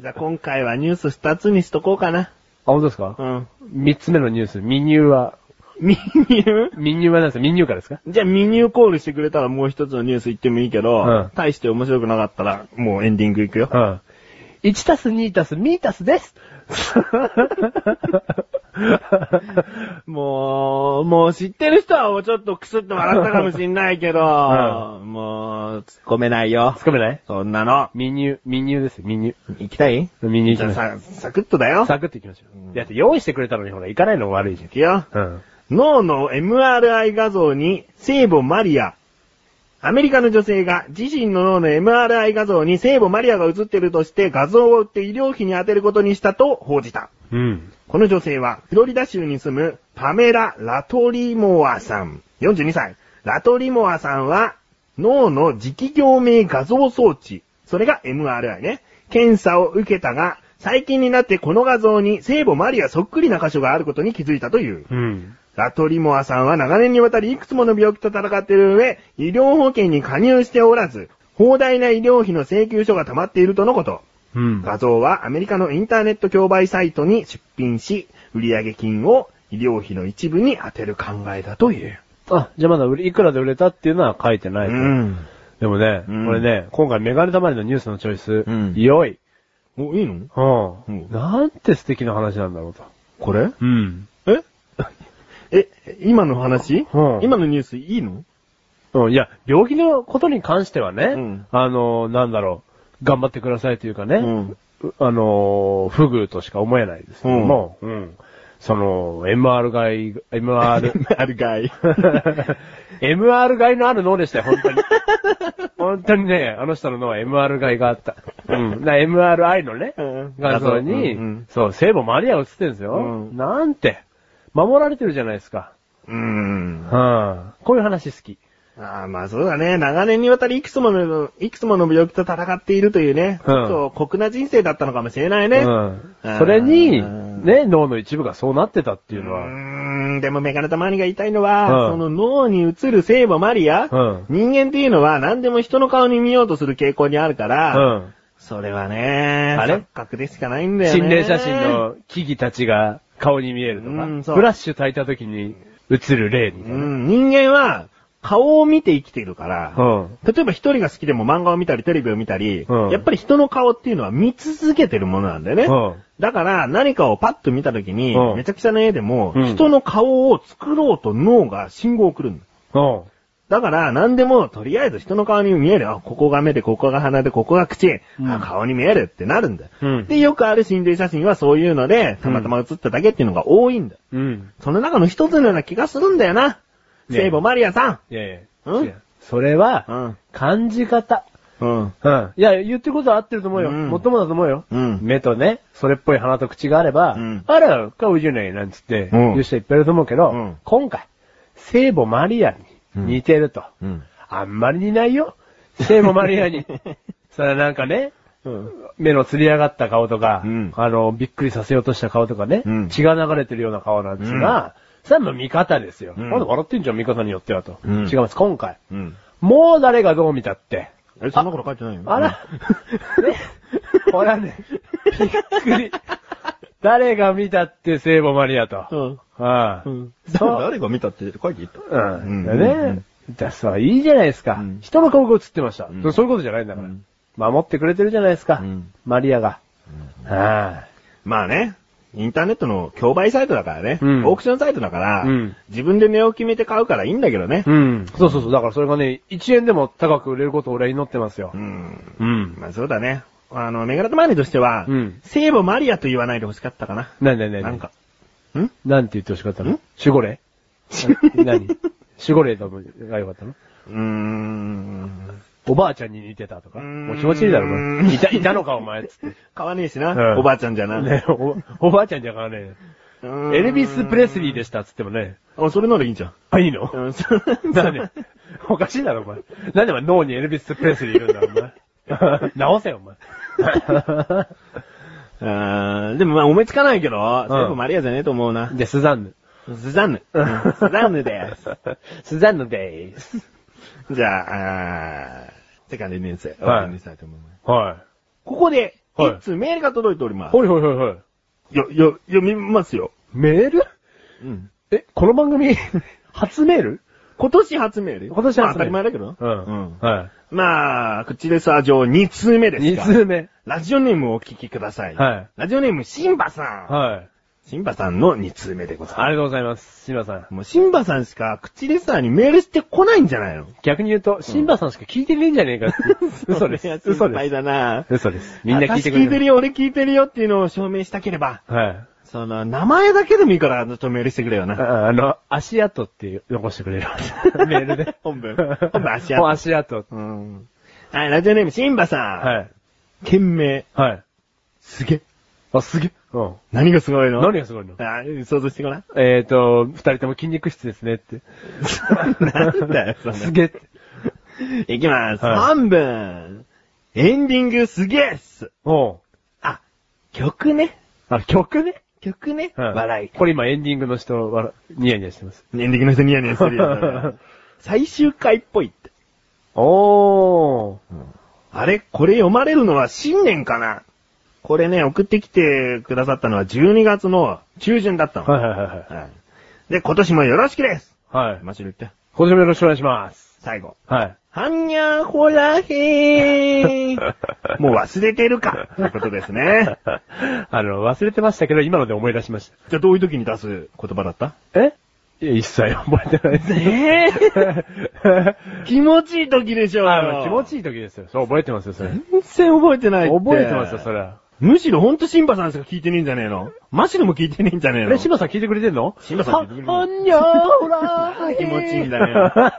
Speaker 1: じゃあ、今回はニュース二つにしとこうかな。
Speaker 3: 当ですか
Speaker 1: うん。
Speaker 3: 三、つ目のニュース、ミニューは、
Speaker 1: ミニュー
Speaker 3: ミニューは何ですかミニューかですか
Speaker 1: じゃあ、ミニューコールしてくれたらもう一つのニュース言ってもいいけど、
Speaker 3: うん
Speaker 1: 大して面白くなかったら、もうエンディングいくよ。
Speaker 3: うん。1たす2たす2たすです
Speaker 1: もう、もう知ってる人はちょっとクスッと笑ったかもしんないけど、もう、突っ込めないよ
Speaker 3: つ。かめない
Speaker 1: そんなの。
Speaker 3: 民乳、民乳ですよ、民乳。
Speaker 1: 行きたい
Speaker 3: 民乳行きまし
Speaker 1: さ、
Speaker 3: ょ
Speaker 1: サクッとだよ
Speaker 3: う。。サクッと行きましょう。だって用意してくれたのにほら、行かないのも悪いじゃん
Speaker 1: 行。くよ。
Speaker 3: うん。
Speaker 1: 脳の MRI 画像に聖母マリア。アメリカの女性が自身の脳の MRI 画像に聖母マリアが映っているとして画像を売って医療費に充てることにしたと報じた。
Speaker 3: うん。
Speaker 1: この女性はフロリダ州に住むパメラ・ラトリモアさん。42歳。ラトリモアさんは脳の磁気共鳴画像装置。それが MRI ね。検査を受けたが、最近になってこの画像に聖母マリアそっくりな箇所があることに気づいたという。
Speaker 3: うん。
Speaker 1: ラトリモアさんは長年にわたりいくつもの病気と戦っている上、医療保険に加入しておらず、放題な医療費の請求書が溜まっているとのこと。
Speaker 3: うん。
Speaker 1: 画像はアメリカのインターネット競売サイトに出品し、売上金を医療費の一部に充てる考えだという。
Speaker 3: あ、じゃあまだ売れ、いくらで売れたっていうのは書いてない。
Speaker 1: ん。
Speaker 3: でもね、
Speaker 1: うん
Speaker 3: これね、今回メガネたまりのニュースのチョイス、
Speaker 1: うん
Speaker 3: 良い。
Speaker 1: お、いいの
Speaker 3: うん、
Speaker 1: うん
Speaker 3: なんて素敵な話なんだろうと。
Speaker 1: これ
Speaker 3: うん。
Speaker 1: え [laughs] え、今の話、
Speaker 3: うん
Speaker 1: 今のニュースいいの
Speaker 3: うん、いや、病気のことに関してはね、
Speaker 1: うん
Speaker 3: あの、なんだろう、頑張ってくださいというかね、
Speaker 1: うん
Speaker 3: あの、不遇としか思えないですけども、うんその、MR 外、MR、
Speaker 1: [laughs] あるかい。
Speaker 3: MR 外のある脳でしたよ、本当
Speaker 1: [laughs]
Speaker 3: に。本当にね、あの人の脳は MR 外があった。うん。だ MRI のね、
Speaker 1: うん
Speaker 3: 画像に、
Speaker 1: うんうん
Speaker 3: そう、聖母マリア映ってるんですよ。
Speaker 1: うん
Speaker 3: なんて、守られてるじゃないですか。
Speaker 1: うん。
Speaker 3: うん。こういう話好き。
Speaker 1: ああ、まあそうだね。長年にわたりいくつもの、いくつもの病気と戦っているというね、
Speaker 3: うん
Speaker 1: ちょっと酷な人生だったのかもしれないね。
Speaker 3: う。
Speaker 1: うん
Speaker 3: それに、
Speaker 1: うん
Speaker 3: ね、脳の一部がそうなってたっていうのは、
Speaker 1: ーん、でもメガネたまにが言いたいのは、
Speaker 3: うん
Speaker 1: その脳に映る聖母マリア、
Speaker 3: うん
Speaker 1: 人間っていうのは何でも人の顔に見ようとする傾向にあるか
Speaker 3: う
Speaker 1: ら、
Speaker 3: ん。
Speaker 1: それはね、
Speaker 3: あれ
Speaker 1: 錯覚でしかないんだよね。
Speaker 3: 心霊写真の木々たちが顔に見えるとか、
Speaker 1: うんそう
Speaker 3: フラッシュ焚いた時に映る霊みた
Speaker 1: う
Speaker 3: いな。うん。
Speaker 1: ん、人間は顔を見て生きているから、例えば一人が好きでも漫画を見たりテレビを見たり、
Speaker 3: うん
Speaker 1: やっぱり人の顔っていうのは見続けてるものなんだよね。
Speaker 3: うん
Speaker 1: だから何かをパッと見た時に、
Speaker 3: うん
Speaker 1: めちゃくちゃな絵でも、
Speaker 3: うん
Speaker 1: 人の顔を作ろうと脳が信号を送るんだ。
Speaker 3: うん。
Speaker 1: だから何でもとりあえず人の顔に見える。あ、ここが目で、ここが鼻で、ここが口。
Speaker 3: うん
Speaker 1: あ、顔に見えるってなるんだ。
Speaker 3: うん
Speaker 1: で、よくある心霊写真はそういうので、たまたま写っただけっていうのが多いんだ。
Speaker 3: うん。
Speaker 1: その中の一つのような気がするんだよな。
Speaker 3: ね
Speaker 1: 聖母マリアさん。
Speaker 3: いやいや。
Speaker 1: うん
Speaker 3: 違うそれは、
Speaker 1: うん。
Speaker 3: 感じ方。
Speaker 1: うん。
Speaker 3: うん。いや、言ってることは合ってると思うよ。
Speaker 1: うん
Speaker 3: もっともだと思うよ。
Speaker 1: うん
Speaker 3: 目とね、それっぽい鼻と口があれば、
Speaker 1: うん
Speaker 3: あら、顔じゃないなんつって、
Speaker 1: うん
Speaker 3: 言う人いっぱいいると思うけど、
Speaker 1: うん
Speaker 3: 今回、聖母マリアに似てると。
Speaker 1: うん。
Speaker 3: あんまり似ないよ。聖母マリ
Speaker 1: [laughs]
Speaker 3: アに。それはなんかね、
Speaker 1: うん。
Speaker 3: 目のつり上がった顔とか、
Speaker 1: うん
Speaker 3: あの、びっくりさせようとした顔とかね、
Speaker 1: うん
Speaker 3: 血が流れてるような顔なんですが、それはもう見方ですよ。
Speaker 1: うん
Speaker 3: まだ笑ってんじゃん、見方によってはと。
Speaker 1: うん
Speaker 3: 違います、今回。
Speaker 1: うん。
Speaker 3: もう誰がどう見たって。
Speaker 1: え、そんなこと書いてないよ。
Speaker 3: あ
Speaker 1: [laughs]
Speaker 3: ら、ね、ほらね、びっくり。誰が見たって聖母マリア
Speaker 1: う
Speaker 3: と。
Speaker 1: ん。
Speaker 3: ああ
Speaker 1: うん。
Speaker 3: そう。
Speaker 1: が見たって書いていった
Speaker 3: うん。だ
Speaker 1: う
Speaker 3: ね
Speaker 1: ん。
Speaker 3: だそう、いいじゃないですか。
Speaker 1: うん
Speaker 3: 人の顔が映ってました、
Speaker 1: ん
Speaker 3: そういうことじゃないんだから。
Speaker 1: うん
Speaker 3: 守ってくれてるじゃないですか。
Speaker 1: うん
Speaker 3: マリアが。ああ。
Speaker 1: まあね、インターネットの競売サイトだからね、
Speaker 3: うん
Speaker 1: オークションサイトだから、
Speaker 3: うん
Speaker 1: 自分で値を決めて買うからいいんだけどね。
Speaker 3: うん。そうそうそう。だからそれがね、1円でも高く売れることを俺は祈ってますよ
Speaker 1: う。ん。
Speaker 3: うん。
Speaker 1: まあそうだね。あの、メガネタマーニとしては、
Speaker 3: うん
Speaker 1: 聖母マリアと言わないで欲しかったかな。
Speaker 3: なんだよね。
Speaker 1: なんか。。
Speaker 3: なんて言ってほしかったの
Speaker 1: ん
Speaker 3: 守護霊何守護霊ともが良かったの
Speaker 1: うーん。
Speaker 3: おばあちゃんに似てたとか。
Speaker 1: うーん
Speaker 3: もう気持ちいいだろ、これいた、いたのか、お前、つって。
Speaker 1: 買 [laughs] わねえしな、
Speaker 3: うん
Speaker 1: おばあちゃんじゃな。
Speaker 3: ね、お、おばあちゃんじゃからね、
Speaker 1: うーん
Speaker 3: エルビス・プレスリーでした、つってもね。
Speaker 1: あ、それならいいじゃん。
Speaker 3: あ、いいの
Speaker 1: うん、そう
Speaker 3: [laughs] なんでおかしいだろ、お前。なんでお前脳にエルビス・プレスリーいるんだ、お前。 [laughs] 直せよ、お前。
Speaker 1: [laughs] うーんでもまあ思いつかないけど、聖母マリアじゃねえと思うな。
Speaker 3: [laughs] で、スザンヌ。
Speaker 1: スザンヌ。うんスザンヌです。
Speaker 3: スザンヌでーす。
Speaker 1: じゃあ、あーセカンドニュース、お送りしたいと思います。
Speaker 3: は
Speaker 1: ここで、
Speaker 3: はい
Speaker 1: 一通メールが届いており
Speaker 3: い。
Speaker 1: ます。
Speaker 3: ほいほいほいほい。
Speaker 1: よ、よ、読みますよ。
Speaker 3: メール
Speaker 1: うん。
Speaker 3: え、この番組、 [laughs] 初メール
Speaker 1: 今年初メール
Speaker 3: 今年初
Speaker 1: ま
Speaker 3: メール
Speaker 1: あ当たり前だけど。
Speaker 3: うん。は
Speaker 1: まあ、口でさ上2通目で
Speaker 3: い。
Speaker 1: す
Speaker 3: 二
Speaker 1: が。
Speaker 3: 通目。
Speaker 1: ラジオネームをお聞きください。
Speaker 3: はい
Speaker 1: ラジオネーム、シンバさん。
Speaker 3: は
Speaker 1: シンバさんの2通目でござい
Speaker 3: あ
Speaker 1: ま
Speaker 3: りがとうございます。シンバさん。
Speaker 1: す。もうシンバさんしか口レスラーにメールしてこないんじゃないの
Speaker 3: 逆に言うと、シンバさんしか聞いてねえんじゃねえかっていう。 [laughs] 嘘で
Speaker 1: それは
Speaker 3: す。嘘
Speaker 1: [laughs] 心
Speaker 3: で
Speaker 1: 配
Speaker 3: す。
Speaker 1: だな
Speaker 3: 嘘です。みんな聞いてく
Speaker 1: 私
Speaker 3: れ
Speaker 1: 聞いて
Speaker 3: る。
Speaker 1: るよ、俺聞いてるよっていうのを証明したければ、
Speaker 3: はい。
Speaker 1: その、名前だけでもいいから、ちょっとメールしてくれよな。
Speaker 3: ああの、足跡って残してくれる。 [laughs] メールで。
Speaker 1: 本文。本文足
Speaker 3: もう
Speaker 1: 跡。
Speaker 3: 足跡。
Speaker 1: うん。はい、ラジオネーム、シンバさん。
Speaker 3: はい。
Speaker 1: 件名。
Speaker 3: はい。
Speaker 1: すげえ。
Speaker 3: あ、すげえ。うん。
Speaker 1: 何がすごいの
Speaker 3: 何がすごいの
Speaker 1: あ想像してごらん。
Speaker 3: えーと、二人とも筋肉質ですねって。
Speaker 1: なんだよ、そ
Speaker 3: す
Speaker 1: れ。
Speaker 3: げえって。
Speaker 1: [laughs] いきます。
Speaker 3: はい
Speaker 1: 半分。エンディングすげえっす。
Speaker 3: おう
Speaker 1: あ、曲ね。
Speaker 3: あ、曲ね。
Speaker 1: 曲ね。
Speaker 3: はい
Speaker 1: 笑い。
Speaker 3: これ今エンディングの人、笑、ニヤニヤしてます。
Speaker 1: エンディングの人ニヤニヤしてるよそれ。 [laughs] 最終回っぽいって。
Speaker 3: おー。
Speaker 1: あれこれ読まれるのは新年かなこれね、送ってきてくださったのは12月の中旬だったの。
Speaker 3: はいはいはいはい。
Speaker 1: はいで、今年もよろしくです
Speaker 3: はい。
Speaker 1: マシル言って。
Speaker 3: 今年もよろしくお願いします。
Speaker 1: 最後。
Speaker 3: はい。 [laughs]
Speaker 1: はんにゃーほら [laughs] へー。もう忘れてるか。ということです [laughs] ね。
Speaker 3: あの、忘れてましたけど、今ので思い出しまし
Speaker 1: じゃあどういう時に出す言葉だった
Speaker 3: た。えいや、一切覚えてないです。
Speaker 1: え
Speaker 3: [laughs] え
Speaker 1: 気持ちいい時でしょうよ
Speaker 3: あの、気持ちいい時ですよ。そう、覚えてますよ、それ。
Speaker 1: 全然覚えてないって。
Speaker 3: 覚えてますよ、それは。
Speaker 1: むしろほんとシンバさんしか聞いてねえんじゃねえのマシルも聞いてねえんじゃねえ
Speaker 3: あ
Speaker 1: の
Speaker 3: れ、島さん聞いてくれてんの
Speaker 1: シンバさん聞いてくれてる
Speaker 3: は、はんにゃーほら
Speaker 1: [laughs]
Speaker 3: ー
Speaker 1: 気持ちいいんだね。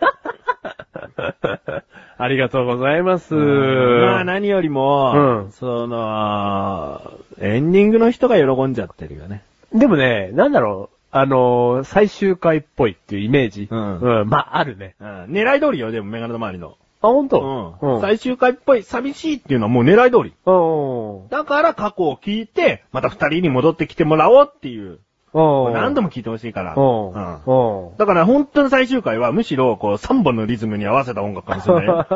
Speaker 3: [laughs] ありがとうございます。
Speaker 1: まあ何よりも、
Speaker 3: うん
Speaker 1: その、エンディングの人が喜んじゃってるよね。
Speaker 3: でもね、なんだろう、あのー最終回っぽいっていうイメージ。
Speaker 1: うん
Speaker 3: まあ、あるね。
Speaker 1: うん、狙い通りよ、でもメガネの周りの。
Speaker 3: あ、ほん
Speaker 1: うん
Speaker 3: うん。
Speaker 1: 最終回っぽい、寂しいっていうのはもう狙い通り。
Speaker 3: うん。
Speaker 1: だから過去を聞いて、また二人に戻ってきてもらおうっていう。
Speaker 3: うん。
Speaker 1: 何度
Speaker 3: も。
Speaker 1: も聞いてほしいから。
Speaker 3: うん。
Speaker 1: うん
Speaker 3: うん。
Speaker 1: だから本当の最終回はむしろこう3本のリズムに合わせた音楽かもしれないよ。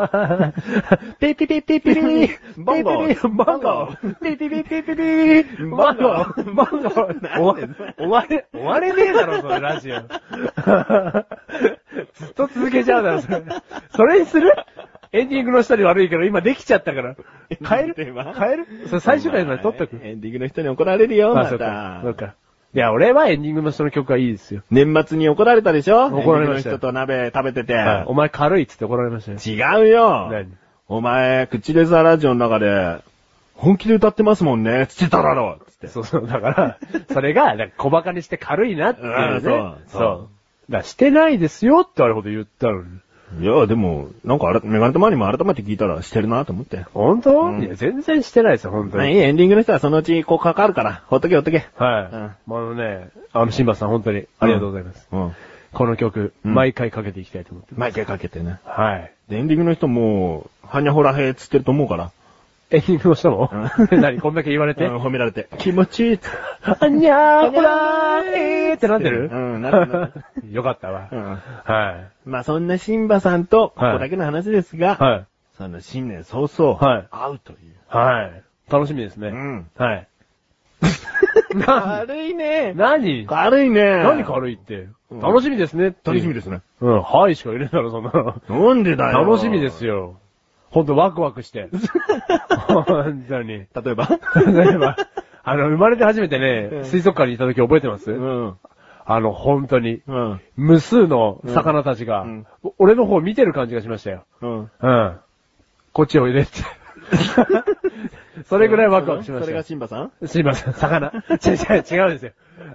Speaker 3: ペペペペペペペ
Speaker 1: ボンゴ
Speaker 3: ペペボンゴペペペペペペペボンゴボンゴ終われ、終われねえだろ、そのラジオ。ずっと続けちゃうだろ、それ。それにするエンディングの下に悪いけど、今できちゃったから。変える
Speaker 1: では
Speaker 3: 変えるそれ [laughs] 最終回まで撮っとく
Speaker 1: お。前エンディングの人に怒られるよ、ま
Speaker 3: そうか
Speaker 1: た。。
Speaker 3: そうか。いや、俺はエンディングの人の曲はいいですよ。
Speaker 1: 年末に怒られたでしょ
Speaker 3: 怒られました
Speaker 1: エンディングの人と鍋食べてて。
Speaker 3: お前軽いっつって怒られましたよ。
Speaker 1: 違うよ
Speaker 3: 何
Speaker 1: お前、口レザーラジオの中で、本気で歌ってますもんね、つってただろつって。
Speaker 3: そうそう、だから、それが、なんか小馬鹿にして軽いなっていうね。
Speaker 1: うんそうそう
Speaker 3: そう。だからしてないですよってあれほど言ったのに。
Speaker 1: いや、でも、なんかあら、メガネたまにも改めて聞いたらしてるなと思って。
Speaker 3: 本当、
Speaker 1: うん
Speaker 3: いや、全然してないですよ、本当
Speaker 1: まあい
Speaker 3: に。
Speaker 1: いエンディングの人はそのうちこうかかるから、ほっとけほっとけ。
Speaker 3: はい。
Speaker 1: うん
Speaker 3: まああのね、あの、シンバさん本当にありがとうございます。
Speaker 1: うん。
Speaker 3: この曲、
Speaker 1: うん
Speaker 3: 毎回かけていきたいと思ってます。
Speaker 1: 毎回かけてね。
Speaker 3: はい。
Speaker 1: でエンディングの人も、はにゃほらへっつってると思うから。
Speaker 3: エンディングの人も、 [laughs] 何こんだけ言われて
Speaker 1: うん、褒められて。気持ちいいっつって。
Speaker 3: あにゃーほらーえーってなってる
Speaker 1: うん、なるなる。
Speaker 3: よかったわ。
Speaker 1: うん。
Speaker 3: はい。
Speaker 1: まあそんなシンバさんと、こ
Speaker 3: はい
Speaker 1: こだけの話ですが、
Speaker 3: はい。
Speaker 1: その新年早々、
Speaker 3: はい
Speaker 1: 会うという。
Speaker 3: はい。楽しみですね。
Speaker 1: ん。 [laughs]
Speaker 3: はい。
Speaker 1: 軽いね。
Speaker 3: [laughs] 何
Speaker 1: 軽いね。
Speaker 3: 何軽いって。
Speaker 1: うん
Speaker 3: 楽しみですね。
Speaker 1: 楽しみですね。
Speaker 3: うん、はいしか入れんだろ、そんなの。
Speaker 1: なんでだよ。
Speaker 3: 楽しみです
Speaker 1: よ。
Speaker 3: よ。ほんとワクワク
Speaker 1: [laughs]
Speaker 3: して。本当に。
Speaker 1: 例えば
Speaker 3: 例えば、あの、生まれて初めてね、水族館にいた時覚えてま
Speaker 1: [laughs]
Speaker 3: す、
Speaker 1: うん。
Speaker 3: あの、本当に、
Speaker 1: うん。
Speaker 3: 無数の魚たちが、
Speaker 1: うん
Speaker 3: お俺の方見てる感じがしましたよ。
Speaker 1: うん。
Speaker 3: うん。こっちおい
Speaker 1: [laughs]
Speaker 3: でって。そ
Speaker 1: そ
Speaker 3: れぐらいワクワクしまし
Speaker 1: それ
Speaker 3: たよ
Speaker 1: が。シンバさん
Speaker 3: すいません、魚。違う違う、違うんですよ。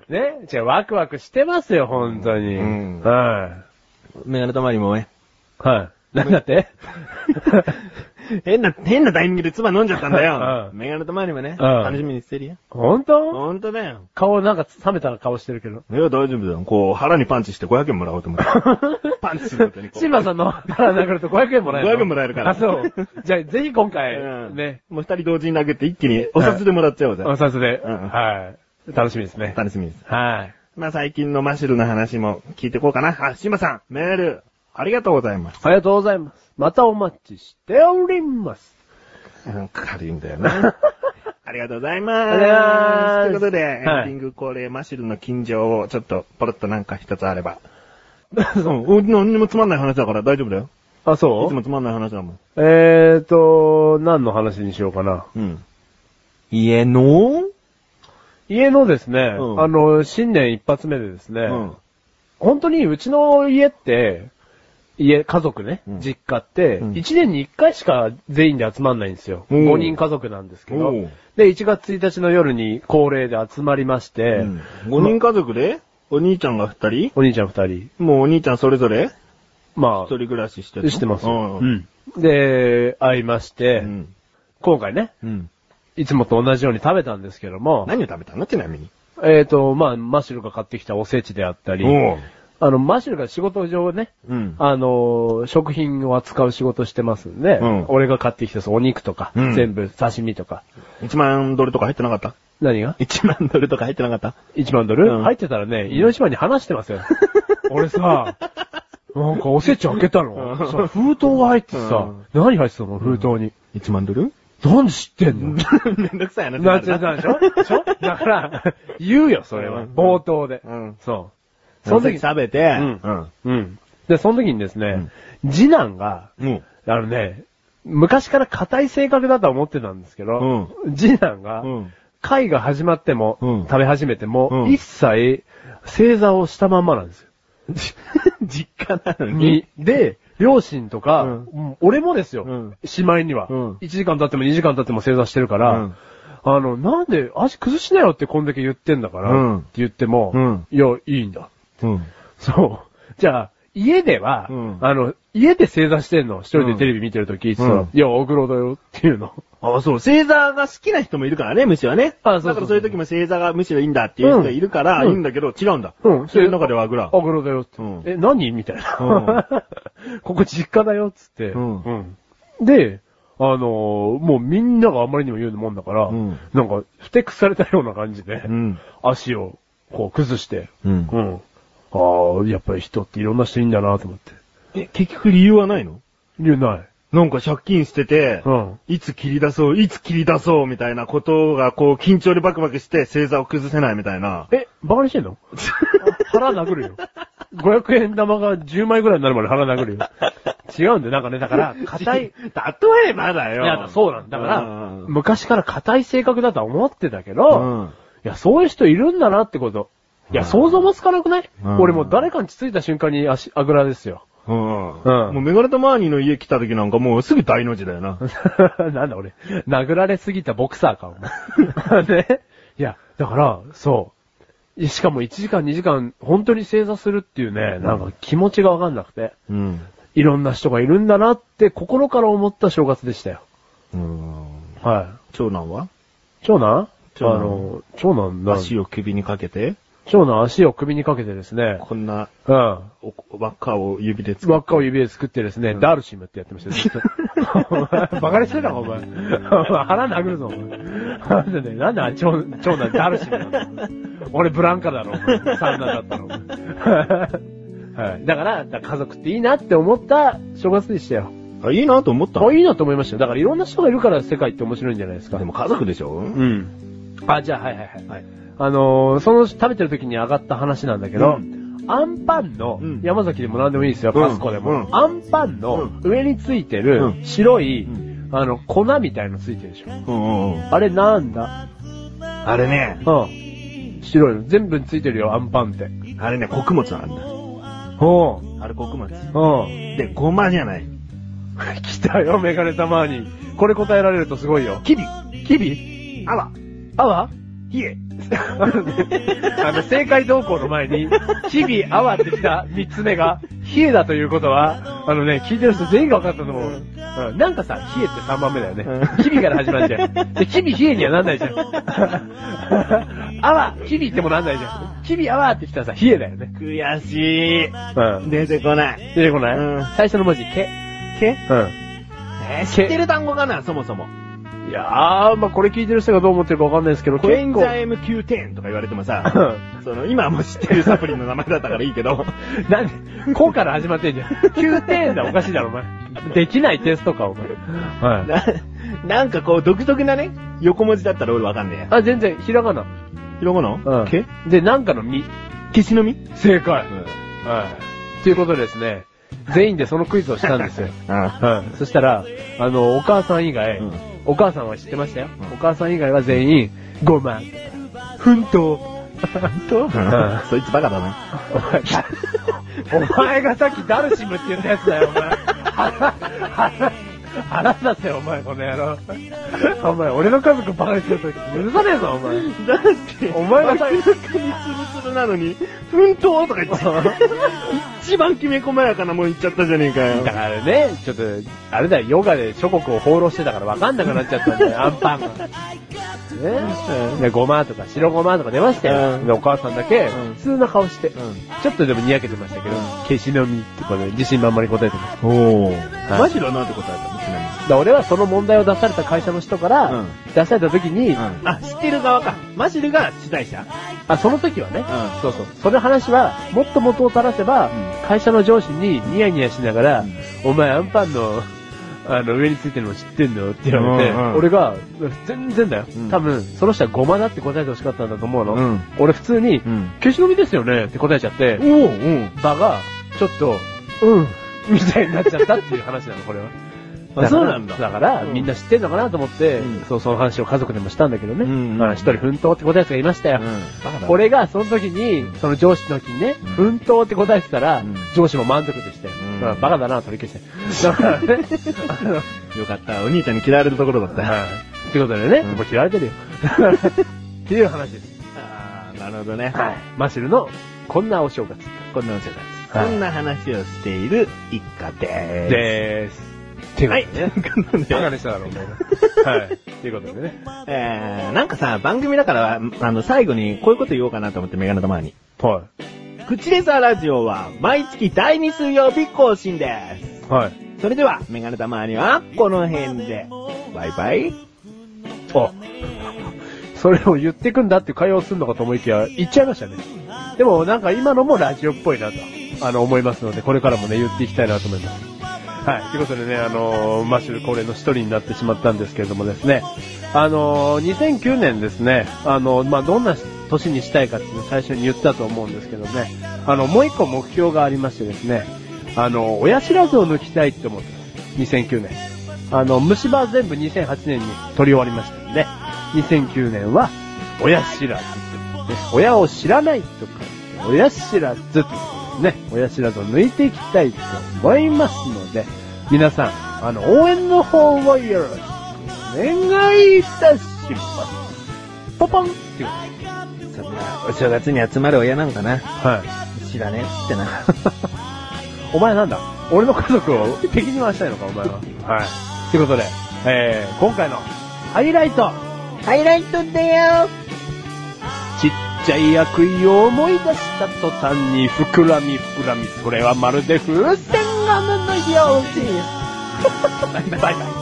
Speaker 3: ね違う、ワクワクしてますよ、本当に。
Speaker 1: うん
Speaker 3: は
Speaker 1: メガネたまりもね。
Speaker 3: い。はい。なんだって
Speaker 1: [laughs] 変な、変なタイミングで唾飲んじゃったんだよ。
Speaker 3: うん
Speaker 1: メガネたまりもね、楽しみにしてるよ。
Speaker 3: 本当
Speaker 1: ほんとだよ。
Speaker 3: 顔なんか冷めた顔してるけ
Speaker 1: [laughs]
Speaker 3: ど。
Speaker 1: いや、大丈夫だよ。こう、腹にパンチして500円もらおうと思 [laughs] って。パンチする [laughs] ことにこう
Speaker 3: シンバさんの腹殴ると500円もらえるの。
Speaker 1: 500円もらえるから
Speaker 3: あ、そう。じゃあ、ぜひ今回、
Speaker 1: うん
Speaker 3: ね、
Speaker 1: もう二人同時に投げて一気にお札でもらっちゃおうぜ。
Speaker 3: お札で、
Speaker 1: うん
Speaker 3: はい。楽しみですね。
Speaker 1: 楽しみです。
Speaker 3: はい。
Speaker 1: まあ最近のマシルの話も聞いてこうかな。あ、シンバさん、メール、ありがとうございます。
Speaker 3: ありがとうございます。またお待ちしております。
Speaker 1: うん、軽いんだよ [laughs] な。ありがとうございます。
Speaker 3: ありがとうございます
Speaker 1: ということで、エンデ
Speaker 3: はい
Speaker 1: ィング恒例マシルの近所をちょっとポロッとなんか一つあれば。 [laughs] そう、何にもつまんない話だから大丈夫だよ。
Speaker 3: あ、
Speaker 1: い
Speaker 3: そ
Speaker 1: つもつまんない話だもん。
Speaker 3: えーと、何の話にしようかな。
Speaker 1: うん。家の
Speaker 3: 家のですね、
Speaker 1: うん
Speaker 3: あの、新年一発目でですね、
Speaker 1: うん。
Speaker 3: 本当にうちの家って、家、家族ね、
Speaker 1: うん
Speaker 3: 実家って
Speaker 1: う、ん
Speaker 3: 一年に一回しか全員で集まんないんですよ。
Speaker 1: おう
Speaker 3: 5人家族なんですけど
Speaker 1: おう。
Speaker 3: で、1月1日の夜に恒例で集まりまして、
Speaker 1: うん5人家族でお兄ちゃんが2人
Speaker 3: お兄ちゃん二人、
Speaker 1: もうお兄ちゃんそれぞれ
Speaker 3: ま
Speaker 1: 一人暮らししてる
Speaker 3: あ、
Speaker 1: の
Speaker 3: してます
Speaker 1: う
Speaker 3: よ。
Speaker 1: ん。
Speaker 3: うんで、会いまして、
Speaker 1: うん
Speaker 3: 今回ね、
Speaker 1: うん。
Speaker 3: いつもと同じように食べたんですけども、
Speaker 1: 何を食べたのちなみに。
Speaker 3: えっ、と、まあ、マシュルが買ってきたおせちであったり、あの、マシュルが仕事上ね、
Speaker 1: うん。
Speaker 3: あのー食品を扱う仕事してますんで、
Speaker 1: うん
Speaker 3: 俺が買ってきたそうお肉とか、
Speaker 1: うん
Speaker 3: 全部刺身とか、
Speaker 1: 1万ドルとか入ってなかった
Speaker 3: 何が
Speaker 1: ?1 万ドルとか入ってなかった
Speaker 3: 1万ドル、
Speaker 1: うん
Speaker 3: 入ってたらね、井の島に話してますよ。 [laughs] 俺さ、なんかおせち開けたの、
Speaker 1: うん
Speaker 3: さ封筒が入ってさ、何入ってたの封筒に。
Speaker 1: ?1 万ドル
Speaker 3: なんで知ってんの
Speaker 1: [laughs] めんどくさいな。
Speaker 3: なっちゃったでしょでしょだから、言うよ、それは。
Speaker 1: うん
Speaker 3: 冒頭で。
Speaker 1: うん
Speaker 3: そう。
Speaker 1: そ
Speaker 3: そ
Speaker 1: の
Speaker 3: の時
Speaker 1: 時、食べて、
Speaker 3: うん。うん。で、その時にですね、次男が、
Speaker 1: うん。も
Speaker 3: あのね、昔から硬い性格だとは思ってたんですけど、次男が、
Speaker 1: う、うん。
Speaker 3: 会が始まっても、
Speaker 1: うん
Speaker 3: 食べ始めても、
Speaker 1: うん
Speaker 3: 一切、正座をしたまんまなんですよ。
Speaker 1: [laughs] 実家なのに。
Speaker 3: に、で、両親とか、
Speaker 1: うん
Speaker 3: うん俺もですよ、
Speaker 1: うん
Speaker 3: しまいには、
Speaker 1: うん
Speaker 3: 1時間経っても2時間経っても正座してるから、
Speaker 1: うん
Speaker 3: あの、なんで足崩しなよってこんだけ言ってんだから、
Speaker 1: うん
Speaker 3: って言っても、
Speaker 1: うん
Speaker 3: いや、いいんだ。
Speaker 1: うん。
Speaker 3: [laughs] そう。じゃあ、家では、
Speaker 1: うん
Speaker 3: あの、家で正座してんの。一人でテレビ見てるとき、実は
Speaker 1: うん
Speaker 3: いや、お風呂だよっていうの。
Speaker 1: あ、そう、星座が好きな人もいるからね、むしろね。
Speaker 3: あそうそうそう
Speaker 1: だからそういう時も星座がむしろいいんだっていう人がいるから、
Speaker 3: うん
Speaker 1: いいんだけど、違うんだ。
Speaker 3: うん
Speaker 1: そういう中ではあぐら
Speaker 3: お。風呂だよって。
Speaker 1: うん
Speaker 3: え、何みたいな。 [laughs] ここ実家だよっつって、
Speaker 1: うん
Speaker 3: うんで、あのーもうみんながあまりにも言うもんだから、
Speaker 1: うん
Speaker 3: なんか、ふてくされたような感じで、
Speaker 1: うん。
Speaker 3: 足をこう崩して、
Speaker 1: うん
Speaker 3: うんああ、やっぱり人っていろんな人いいんだなと思って。
Speaker 1: え、結局理由はないの
Speaker 3: 理由ない。
Speaker 1: なんか借金してて、
Speaker 3: うん
Speaker 1: いつ切り出そう、いつ切り出そう、みたいなことが、こう、緊張でバクバクして、星座を崩せないみたいな。
Speaker 3: え、バカにしてんの [laughs] 腹殴るよ。500円玉が10枚ぐらいになるまで腹殴るよ。違うんだよ。なんかね、だから、
Speaker 1: [laughs]
Speaker 3: 硬い。
Speaker 1: 例えばだよ。
Speaker 3: いや、そうなんだ。だから
Speaker 1: うん、
Speaker 3: 昔から硬い性格だとは思ってたけど、
Speaker 1: うん
Speaker 3: いや、そういう人いるんだなってこと。いや、
Speaker 1: うん
Speaker 3: 想像もつかなくない、
Speaker 1: うん
Speaker 3: 俺もう誰かについた瞬間に足、あぐらですよ。
Speaker 1: うん。
Speaker 3: うん
Speaker 1: もうメガネタマーニーの家来た時なんかもうすぐ大の字だよな。
Speaker 3: [laughs] なんだ俺、殴られすぎたボクサーか、
Speaker 1: [laughs]
Speaker 3: お前。ね。いや、だから、そう。しかも1時間2時間、本当に正座するっていうね、なんか気持ちがわかんなくて。
Speaker 1: うん。
Speaker 3: いろんな人がいるんだなって心から思った正月でしたよ。
Speaker 1: うん。
Speaker 3: は。
Speaker 1: 長男はい
Speaker 3: 長男
Speaker 1: 長男
Speaker 3: あの、長男なん
Speaker 1: 足を首にかけて、
Speaker 3: 長男足を首にかけてですね、
Speaker 1: こんな
Speaker 3: うん。
Speaker 1: お輪っかを指で
Speaker 3: 輪
Speaker 1: 作
Speaker 3: っかを指で作ってですね、ダルシムってやってましたよずっと。 [laughs] バカにしてたか、お前。お前 [laughs] 腹殴るぞ、お前。なんでね、なんであ長長男ダルシムなんだ俺ブランカだろ、お前。三男だったろ、お前 [laughs] はい。だから、だから家族っていいなって思った正月でしたよ。
Speaker 1: る。あ、いいなと思った。
Speaker 3: あいいなと思いましたよ。だからいろんな人がいるから世界って面白いんじゃないですか。
Speaker 1: でも家族でしょうん。
Speaker 3: うん。あ、じゃあ、はいはいはい。
Speaker 1: はい。
Speaker 3: あのーその食べてる時に上がった話なんだけど、
Speaker 1: う
Speaker 3: アンパンの、
Speaker 1: うん
Speaker 3: 山崎でも何でもいいですよ、
Speaker 1: うん
Speaker 3: パスコでも。
Speaker 1: うん
Speaker 3: アンパンの上についてる
Speaker 1: うん
Speaker 3: 白い、
Speaker 1: う
Speaker 3: あの、粉みたいのついてるでしょ。
Speaker 1: うんうん。
Speaker 3: あれなんだ
Speaker 1: あれね、
Speaker 3: うん。白いの。全部ついてるよ、アンパンって。
Speaker 1: あれね、穀物なんだ。
Speaker 3: ほ
Speaker 1: あれ穀物。
Speaker 3: う。うん。 [laughs]
Speaker 1: で、ごまじゃない。
Speaker 3: 来たよ、メガネたまに。これ答えられるとすごいよ。
Speaker 1: キビ、
Speaker 3: キビ
Speaker 1: アワ、
Speaker 3: アワ
Speaker 1: ヒエ。
Speaker 3: あのね [laughs] あの、正解動向の前に、日々あわってきた三つ目が、冷えだということは、あのね、聞いてる人全員が分かったと思う。うん、なんかさ、冷えって3番目だよね。日々から始まるじゃん。で、日々冷えにはなんないじゃ [laughs] ん。あわ、日々ってもなんないじゃん。日々あわってきたらさ、冷えだよね。
Speaker 1: 悔しい。
Speaker 3: うん。
Speaker 1: 出てこない。
Speaker 3: 出てこない、
Speaker 1: うん
Speaker 3: 最初の文字、け。けうん。
Speaker 1: えー知ってる単語かな、そもそも。
Speaker 3: いやー、まあこれ聞いてる人がどう思ってるか分かんないですけど、
Speaker 1: コエンザ
Speaker 3: 結 [laughs]
Speaker 1: イム Q10 とか言われてもさ、
Speaker 3: 構。
Speaker 1: その、今はもう知ってるサプリの名前だったからいいけど、
Speaker 3: [laughs] なんで、こうから始まってんじゃん。9点だ、おかしいだろ、お前。できないテストか、お前。はい。
Speaker 1: [laughs] な、なんかこう独特なね、横文字だったら俺わかんねえや。
Speaker 3: あ、全然、ひらがな。
Speaker 1: ひろごの
Speaker 3: うん。
Speaker 1: け
Speaker 3: で、なんかのみ。
Speaker 1: 消しのみ
Speaker 3: 正解。
Speaker 1: うん。
Speaker 3: はい。ということでですね、全員でそのクイズをしたんですよ。
Speaker 1: あ
Speaker 3: [laughs] はい。そしたら、あの、お母さん以外、
Speaker 1: うん
Speaker 3: お母さんは知ってましたよ。
Speaker 1: うん
Speaker 3: お母さん以外は全員、ごま。
Speaker 1: ふんと。ふ [laughs] んと
Speaker 3: ん
Speaker 1: そいつバカだな。
Speaker 3: お前がさっきダルシムって言ったやつだよ、お前。腹、腹、腹立てよ、お前、この野郎。お前、俺の家族バカにしてるとき許さねえぞ、お前。
Speaker 1: だって、
Speaker 3: お前がさ
Speaker 1: 明らかにツルツルなのに、奮闘とか言って、一番きめ細やかなもん言っちゃったじゃねえかよ。
Speaker 3: だからね、ちょっと、あれだよ、ヨガで諸国を放浪してたから分かんなくなっちゃった
Speaker 1: [laughs]
Speaker 3: んだよ、アンパンが。ね、でごまとか白ごまとか出ましたよ。
Speaker 1: うん
Speaker 3: でお母さんだけ、
Speaker 1: うん
Speaker 3: 普通な顔して、
Speaker 1: うん
Speaker 3: ちょっとでもにやけてましたけど、
Speaker 1: うん
Speaker 3: 消しの実ってことで自信満々に答えてました。
Speaker 1: お
Speaker 3: はい
Speaker 1: マジだなって答えたのちなみに。
Speaker 3: だから俺はその問題を出された会社の人から、
Speaker 1: うん
Speaker 3: 出された時に、
Speaker 1: あ、知ってる側か。マジルが主催者。
Speaker 3: あ、その時はね、
Speaker 1: ん
Speaker 3: そうそう。その話は、もっと元を垂らせば、
Speaker 1: うん
Speaker 3: 会社の上司にニヤニヤしながら、
Speaker 1: うん
Speaker 3: お前アンパンの、あの、上についてるの知ってんのって言われて、
Speaker 1: うんうん
Speaker 3: 俺が、全然だよ。
Speaker 1: うん
Speaker 3: 多分、その人はゴマだって答えてほしかったんだと思うの。
Speaker 1: うん
Speaker 3: 俺普通に、
Speaker 1: ん
Speaker 3: 消しゴムですよねって答えちゃって、
Speaker 1: おおうん。
Speaker 3: 場が、ちょっと、うん、みたいになっちゃったっていう話なの、これは。
Speaker 1: [laughs] あそうなんだ
Speaker 3: だから、
Speaker 1: うん
Speaker 3: みんな知ってんのかなと思って、
Speaker 1: うん
Speaker 3: そう、その話を家族でもしたんだけどね。
Speaker 1: うん
Speaker 3: まあ、一人奮闘って答えた人がいましたよ。
Speaker 1: バカだ。
Speaker 3: 俺がその時に、その上司の時にね、奮闘って答えてたら、
Speaker 1: うん
Speaker 3: 上司も満足でしたよ。
Speaker 1: うん
Speaker 3: だからバカだな、取り消して。だからね、あの、
Speaker 1: よかった。お兄ちゃんに嫌われるところだった。
Speaker 3: ってことでね、
Speaker 1: うん
Speaker 3: もう嫌われてるよ。っていう話です。
Speaker 1: あーなるほどね。
Speaker 3: はい。マシルの、こんなお正月。
Speaker 1: こんなお茶だ。
Speaker 3: はい
Speaker 1: こんな話をしている一家で
Speaker 3: でーす。
Speaker 1: す。 [laughs] はい。ということで
Speaker 3: バカにしただろ、お前
Speaker 1: [laughs]
Speaker 3: が。はい。っていうことでね。
Speaker 1: えー、なんかさ、番組だから、あの、最後にこういうこと言おうかなと思ってメガネ玉に。
Speaker 3: は
Speaker 1: 口レザーラジオは毎月第2水曜日更新です。
Speaker 3: い。はい。
Speaker 1: それでは、メガネ玉にはこの辺で。バイバイ。
Speaker 3: あ、それを言ってくんだって会話をするのかと思いきや、言っちゃいましたね。でもなんか今のもラジオっぽいなと、あの、思いますので、これからもね、言っていきたいなと思います。はい。ということでね、あのーマッシュル恒例の一人になってしまったんですけれどもですね、あのー2009年ですね、あのーまあ、どんな年にしたいかっていうのを最初に言ったと思うんですけどね、あの、もう一個目標がありましてですね、あのー親知らずを抜きたいって思ってます。2009年。あの、虫歯は全部2008年に取り終わりましたんで、2009年は、親知らずってことですね。親を知らないとか、親知らずってことですね。親知らずを抜いていきたいと思いますので、皆さん、あの、応援の方をよろしくお願いいたします。ポポンっていうこ
Speaker 1: そんな、お正月に集まる親なんかな。
Speaker 3: とはい。
Speaker 1: 知らねえってな。
Speaker 3: お前なんだ俺の家族を敵に回したいのか、お前は。はい。ということで、えー、今回のハイライト
Speaker 1: ハイライトだよ
Speaker 3: ちっちゃい悪意を思い出した途端に膨らみ膨らみ、それはまるで風船ガムのようです。バイバイ。 [laughs]